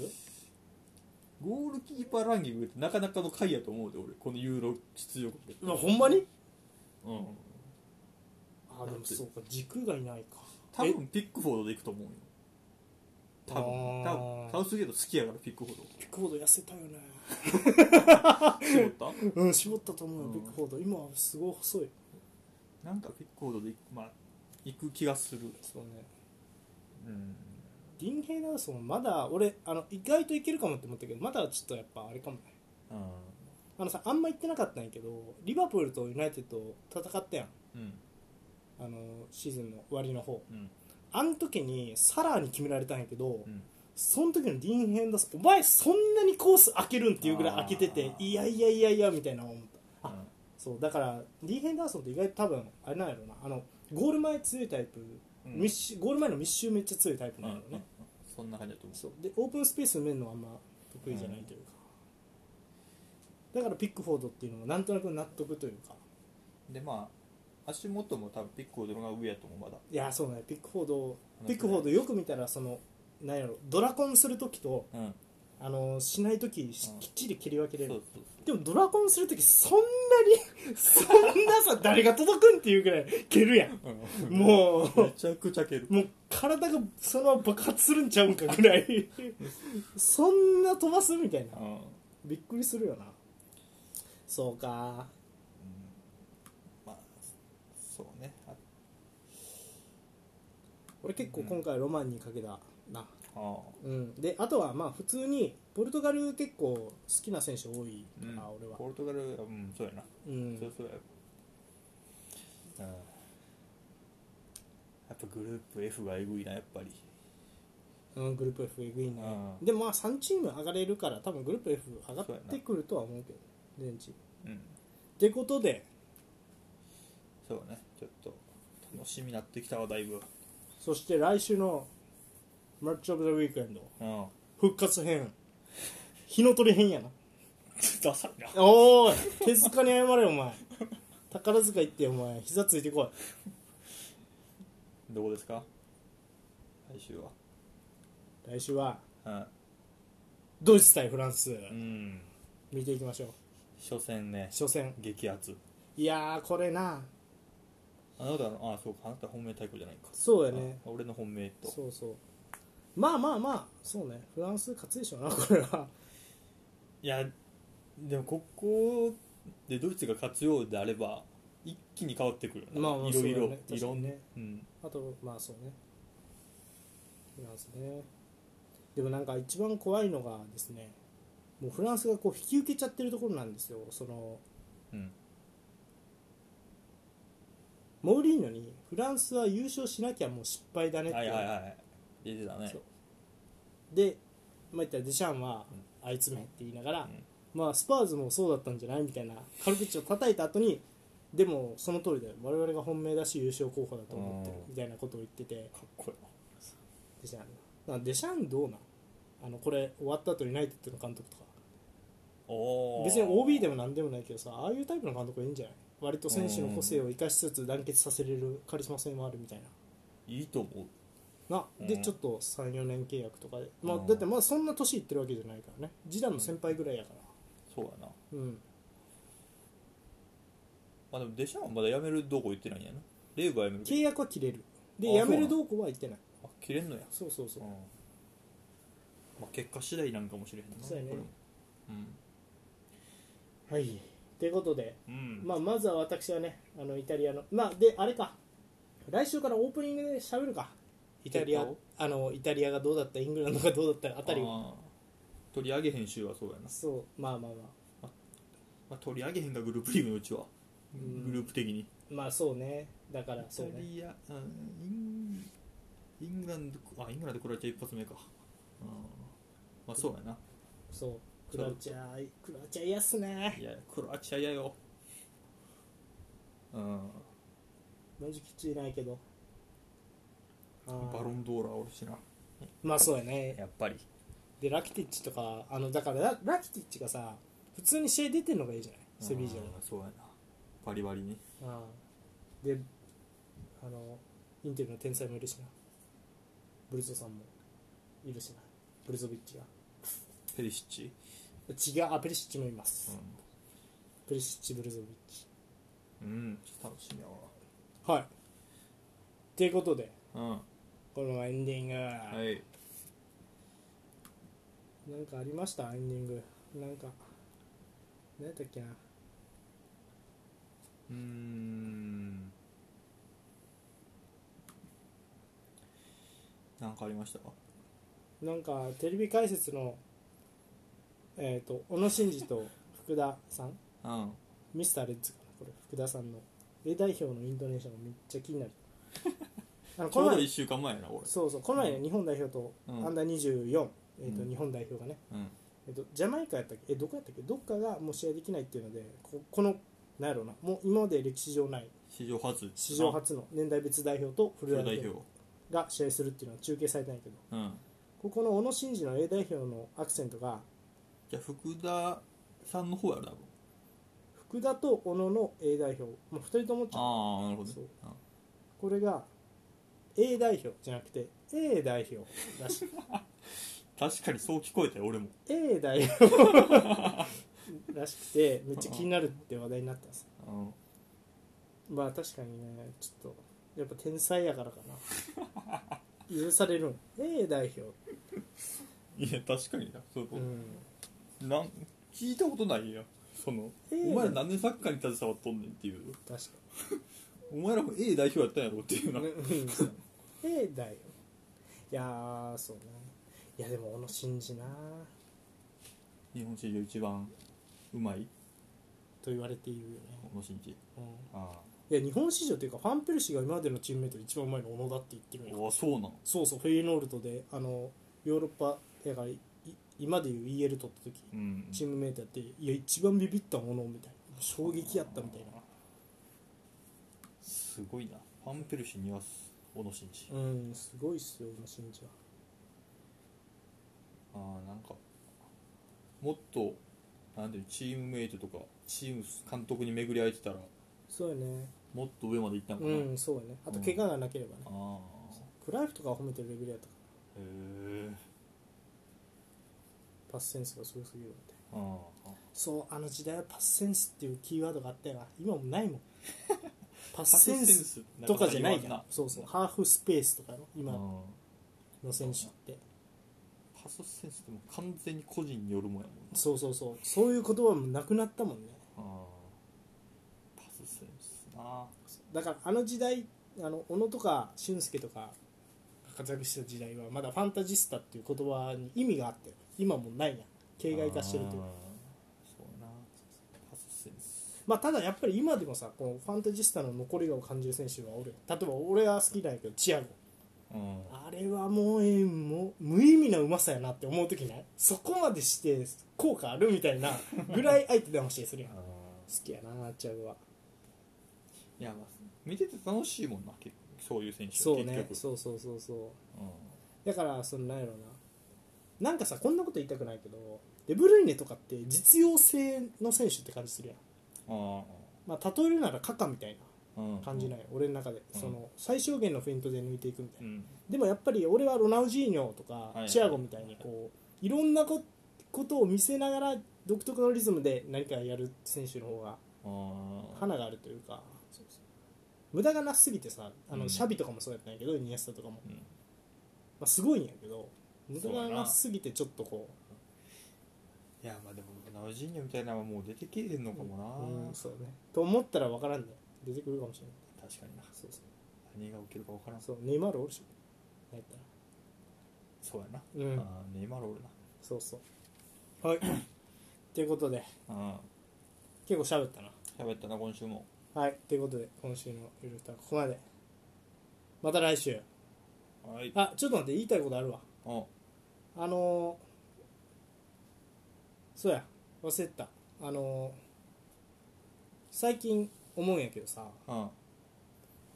S2: ゴールキーパーランキングってなかなかの回やと思うで俺このユーロ出場国で
S1: うわほんまに
S2: うん
S1: あでもそうか軸がいないか
S2: 多分ピックフォードでいくと思うよ多分
S1: あー
S2: 多分タウスゲート好きやからピックフォード
S1: ピックフォード痩せたよね
S2: 絞っ
S1: うん絞ったと思うよ
S2: うん
S1: ピックフォード今はすごい細い
S2: たなんかピックフォードでいく,、まあ、行く気がする
S1: そうね
S2: うん
S1: ディンヘイダーソンまだ俺あの意外といけるかもって思ったけどまだちょっとやっぱあれかもねあのさあんま言ってなかったんやけどリバプールとユナイテッド戦ったやん
S2: うん
S1: あのシーズンの終わりの方
S2: うん
S1: あの時にサラーに決められたんやけど、
S2: うん
S1: その時のディーン・ヘンダーソンお前そんなにコース開けるんっていうぐらい開けてて
S2: あー
S1: いやいやいやいやみたいな思ったあそうだからディーン・ヘンダーソンって意外と多分あれなんやろなあのゴール前強いタイプ、
S2: うん
S1: 密集ゴール前の密集めっちゃ強いタイプ
S2: う
S1: なんん
S2: う
S1: や
S2: ん
S1: ろね、
S2: そんな感じだと思う
S1: そうでオープンスペース埋めるのはあんま得意じゃないというか、だからピックフォードっていうのもなんとなく納得というか
S2: でまあ足元も多分ピックフォードの方が上やと思うまだ
S1: いやそうねピックフォード
S2: あの
S1: ピックフォードよく見たらそのなんやろドラコンする時と
S2: うん
S1: あのしない時し
S2: うん
S1: きっちり切り分けれる
S2: そうそう
S1: でもドラコンするときそんなに そんなさ誰が届くんっていうぐらい蹴るやん
S2: そううん
S1: も
S2: め
S1: う
S2: ちゃくちゃ蹴る
S1: もう体がそのまま爆発するんちゃうんかぐら いそんな飛ばすみたいな
S2: うん
S1: びっくりするよなそうか
S2: まあそうねあ
S1: 俺結構今回ロマンにかけたな
S2: あ
S1: うんであとはまあ普通にポルトガル結構好きな選手多い
S2: うん
S1: から俺は
S2: ポルトガルはうんそうやな
S1: う
S2: そうんそうやうんやっぱグループ F がえぐいなやっぱり
S1: うんグループ F えぐいね
S2: うん
S1: でもまあ3チーム上がれるから多分グループ F 上がってくるとは思うけど全チーム
S2: うん
S1: ってことで
S2: そうねちょっと楽しみになってきたわだいぶ
S1: そして来週のマッチオブザウィークエンド
S2: うん
S1: 復活編日の鳥編やな
S2: ダサいな
S1: おお手塚に謝れお前宝塚行ってお前膝ついてこい
S2: どこですか来週は
S1: 来週は
S2: うん
S1: ドイツ対フランス
S2: うん
S1: 見ていきましょう
S2: 初戦ね
S1: 初戦
S2: 激アツ
S1: いやーこれな
S2: あなたのあそうかあなた本命対抗じゃないか
S1: そうやね
S2: あ俺の本命と
S1: そうそうまあまあまあそうねフランス勝つでしょうな これはい
S2: やでもここでドイツが勝つようであれば一気に変わってくるよな
S1: まあまあ
S2: いろい
S1: そう
S2: ろ、
S1: だね
S2: いろ
S1: 確かに
S2: んな
S1: ね
S2: うん
S1: あとまあそうねフランスねでもなんか一番怖いのがですねもうフランスがこう引き受けちゃってるところなんですよその
S2: うん
S1: モーリーノにフランスは優勝しなきゃもう失敗だねって、
S2: はいはいはい出てたね
S1: そうで、まあ、言ったらデシャンはあいつめって言いながら、
S2: うん
S1: まあ、スパーズもそうだったんじゃないみたいな軽口を叩いた後にでもその通りだよ我々が本命だし優勝候補だと思ってる
S2: うん
S1: みたいなことを言ってて、
S2: かっこいい
S1: デシャンがなんかデシャンどうなんあのこれ終わった後ユナイテッドの監督とか
S2: おー
S1: 別に OB でも何でもないけどさああいうタイプの監督いいんじゃない割と選手の個性を生かしつつ団結させれるカリスマ性もあるみたい
S2: いいと思う
S1: ななで
S2: うん
S1: ちょっと34年契約とかで、まあ
S2: うん、
S1: だってまあそんな年いってるわけじゃないからね次男の先輩ぐらいやか
S2: そうやな
S1: らうん
S2: まあでもデシャンはまだ辞めるどこ言ってないんやなレイブは辞めるけ
S1: 契約は切れるで
S2: あ
S1: 辞める
S2: そうな
S1: どうこうは言ってない
S2: どあ切れんのや
S1: そうそうそう
S2: うんまあ、結果次第なんかもしれへんな
S1: そうやね
S2: これも
S1: はいということで、
S2: うん、うん
S1: まあ、まずは私はねあのイタリアのまあであれか来週からオープニングで喋るかイタリア
S2: 結
S1: あのイタリアがどうだったイングランドがどうだったあたりを
S2: あー取り上げへん週はそうやな、
S1: そうまあまあまあ
S2: まあ、取り上げへんがグループリーグのうちは、
S1: うん
S2: グループ的に
S1: まあそうねだから
S2: イ
S1: そ
S2: タ
S1: うね
S2: リア、うん、インイングランドあイングランドクロアチア一発目か、うん、まあそうやな
S1: そうクロアチアクロアチア嫌っすね
S2: いやクロアチアやようん
S1: マジきついないけどあー
S2: バロンドーラーおるしな
S1: まあそうやね
S2: やっぱり
S1: でラキティッチとかあのだからララキティッチがさ普通に試合出てるのがいいじゃないセビージャの
S2: うんそうやなバリバリに
S1: うんであのインテルの天才もいるしなブルゾさんもいるしなブルゾビッチ
S2: ペリシッチ
S1: が違うあペリシッチもいます、ペリシッチブルゾビッチ
S2: うん、うん、ちょっと楽しみやわ
S1: はいということで
S2: うん
S1: このエンディング、
S2: はい
S1: なんかありましたエンディングなんか何やったっけな
S2: うーんなんかありましたか
S1: なんかテレビ解説のえっ、と小野伸二と福田さん
S2: うん
S1: ミスターレッズかなこれ福田さんの A 代表のインドネシアがめっちゃ気 になるあの
S2: ち
S1: こ
S2: ょう
S1: の
S2: ど1
S1: 前
S2: 週間前やな俺
S1: そうそうこの前ね、日本代表と
S2: うん
S1: アンダー24、えーと
S2: うん
S1: 日本代表がね、
S2: うん
S1: えー、とジャマイカやったっけえどこやったっけどっかがもう試合できないっていうのでここのなんやろうなもう今まで歴史上ない
S2: 史上初
S1: 史上初の年代別代表とフ
S2: フ
S1: ル
S2: ル
S1: 代
S2: 代
S1: 表
S2: 表
S1: が試合するっていうのは中継されたんやけど
S2: うん
S1: ここの小野伸二の A 代表のアクセントが
S2: じゃあ福田さんの方やろ多分
S1: 福田と小野の A 代表、まあ、2人ともちゃう
S2: ああなるほど
S1: そう
S2: ね
S1: これが A 代表じゃなくて A 代表らしい
S2: うん確かにそう聞こえたよ俺も
S1: A 代表らしくてめっちゃ気になるって話題になったんです
S2: うん
S1: まあ確かにねちょっとやっぱ天才やからかな許されるん A 代表
S2: いや確かになそう、
S1: うん
S2: なん聞いたことないやその、
S1: ええ
S2: お前ら何年サッカーに携わっとんねんっていう
S1: 確か
S2: お前らも A 代表やったんやろっていうな、
S1: に、ねうんそう A 代表いやーそうねいやでも小野伸二な
S2: 日本史上一番うまい
S1: と言われているよね、
S2: 小野伸二
S1: うん
S2: あ
S1: いや日本史上というかファンペルシーが今までのチームメートで一番うまいの小野だって言ってるんや
S2: あそうなん
S1: そうそうフェイノールトであのヨーロッパやからい今でいう EL 取った時
S2: うん
S1: チームメートやっていや一番ビビったものみたいな衝撃やったみたい
S2: すごいなファンペルシーには小野伸二、
S1: なうんすごいっすよ今新地は
S2: ああなんかもっとなんていうチームメイトとかチーム監督に巡り合えてたら
S1: そうやね
S2: もっと上まで行ったんか
S1: う
S2: な、
S1: んそうやねあと怪我がなければね、
S2: あ
S1: クライフとかは褒めてるレベルやったか
S2: あへえ
S1: らパスセンスがすごすぎるみたいな
S2: あー
S1: そうあの時代はパスセンスっていうキーワードがあったよな今もないも んパ
S2: パ
S1: スセンスとかじゃないからそうそうハーフスペースとかの今
S2: うん
S1: の選手って
S2: パスセンスでも完全に個人によるもんやもんな
S1: そうそうそうそういう言葉もなくなったもんね
S2: あーパスセンスな
S1: だからあの時代あの小野とか俊介とかが活躍した時代はまだファンタジスタっていう言葉に意味があって今もうないやん形骸化してるという
S2: あ
S1: か
S2: ーそうなパスセンス
S1: まあただやっぱり今でもさこのファンタジスタの残りがを感じる選手はおるよ例えば俺は好きなんやけどチアゴ
S2: うん
S1: あれはもうええもう無意味なうまさやなって思う時ないそこまでして効果あるみたいなぐらい相手騙してするやん好
S2: あ
S1: きやなチアゴは
S2: ーいやまあ見てて楽しいもんな結構そういう選手は
S1: そうね
S2: 結局
S1: そうそうそうそう
S2: うん
S1: だからそのなんやろななんかさこんなこと言いたくないけどデブルイネとかって実用性の選手って感じするやん、
S2: あ
S1: まあ、例えるならカカみたい
S2: ーうん
S1: な感じない、俺の中で、
S2: うん
S1: その最小限のフェイントで抜いていくみたいうな、
S2: ん
S1: でもやっぱり俺はロナウジーニョとか
S2: はい
S1: チアゴみたいにこういろんなこことを見せながら独特のリズムで何かやる選手の方が
S2: あー
S1: 花があるというか、無駄がなすすぎてさあ
S2: う
S1: の
S2: ん
S1: シャビとかもそうやったんやけど、イニエスタとかも、
S2: うん
S1: まあ、すごいんやけど無駄
S2: そう
S1: が
S2: やな
S1: なすすぎてちょっとこう
S2: いやまあでもナウジーニョみたいなのはもう出てけえへんのかもな、
S1: うんそうねと思ったら分からんね出てくるかもしれない
S2: 確かにな
S1: そうそう
S2: 何が起きるか分からんそ
S1: そうネイマールおるしなんやったら
S2: うやな、
S1: うん
S2: あーネイマールおるな
S1: そうそうはい ということで
S2: うん
S1: 結構喋ったな
S2: 喋ったな今週も
S1: はいということで今週のゆるふたはここまでまた来週
S2: はい
S1: あちょっと待って言いたいことあるわ
S2: うん
S1: あのー、そうや忘れてたあのー、最近思うんやけどさ
S2: うん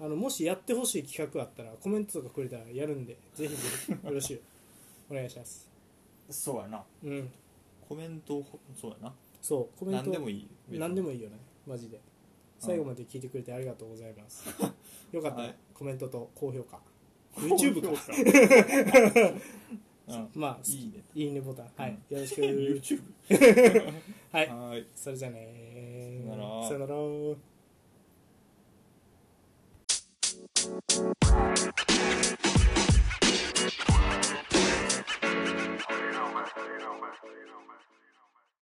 S1: あのもしやってほしい企画あったらコメントとかくれたらやるんでぜひぜひよろしいお願いします
S3: そうやな
S1: うん
S2: コメントをそうやな
S1: そうコメント
S2: 何でもいい
S1: 何で
S2: も
S1: もいいよねマジで最後まで聞いてくれてありがとうございますよかった、
S2: はい
S1: コメントと高評価 YouTube か
S2: うん
S1: まあ
S2: いいね
S1: いいねボタンはい、よろしく
S2: YouTube
S1: はい
S2: はーい
S1: それじゃあね
S2: さよなら
S1: さよなら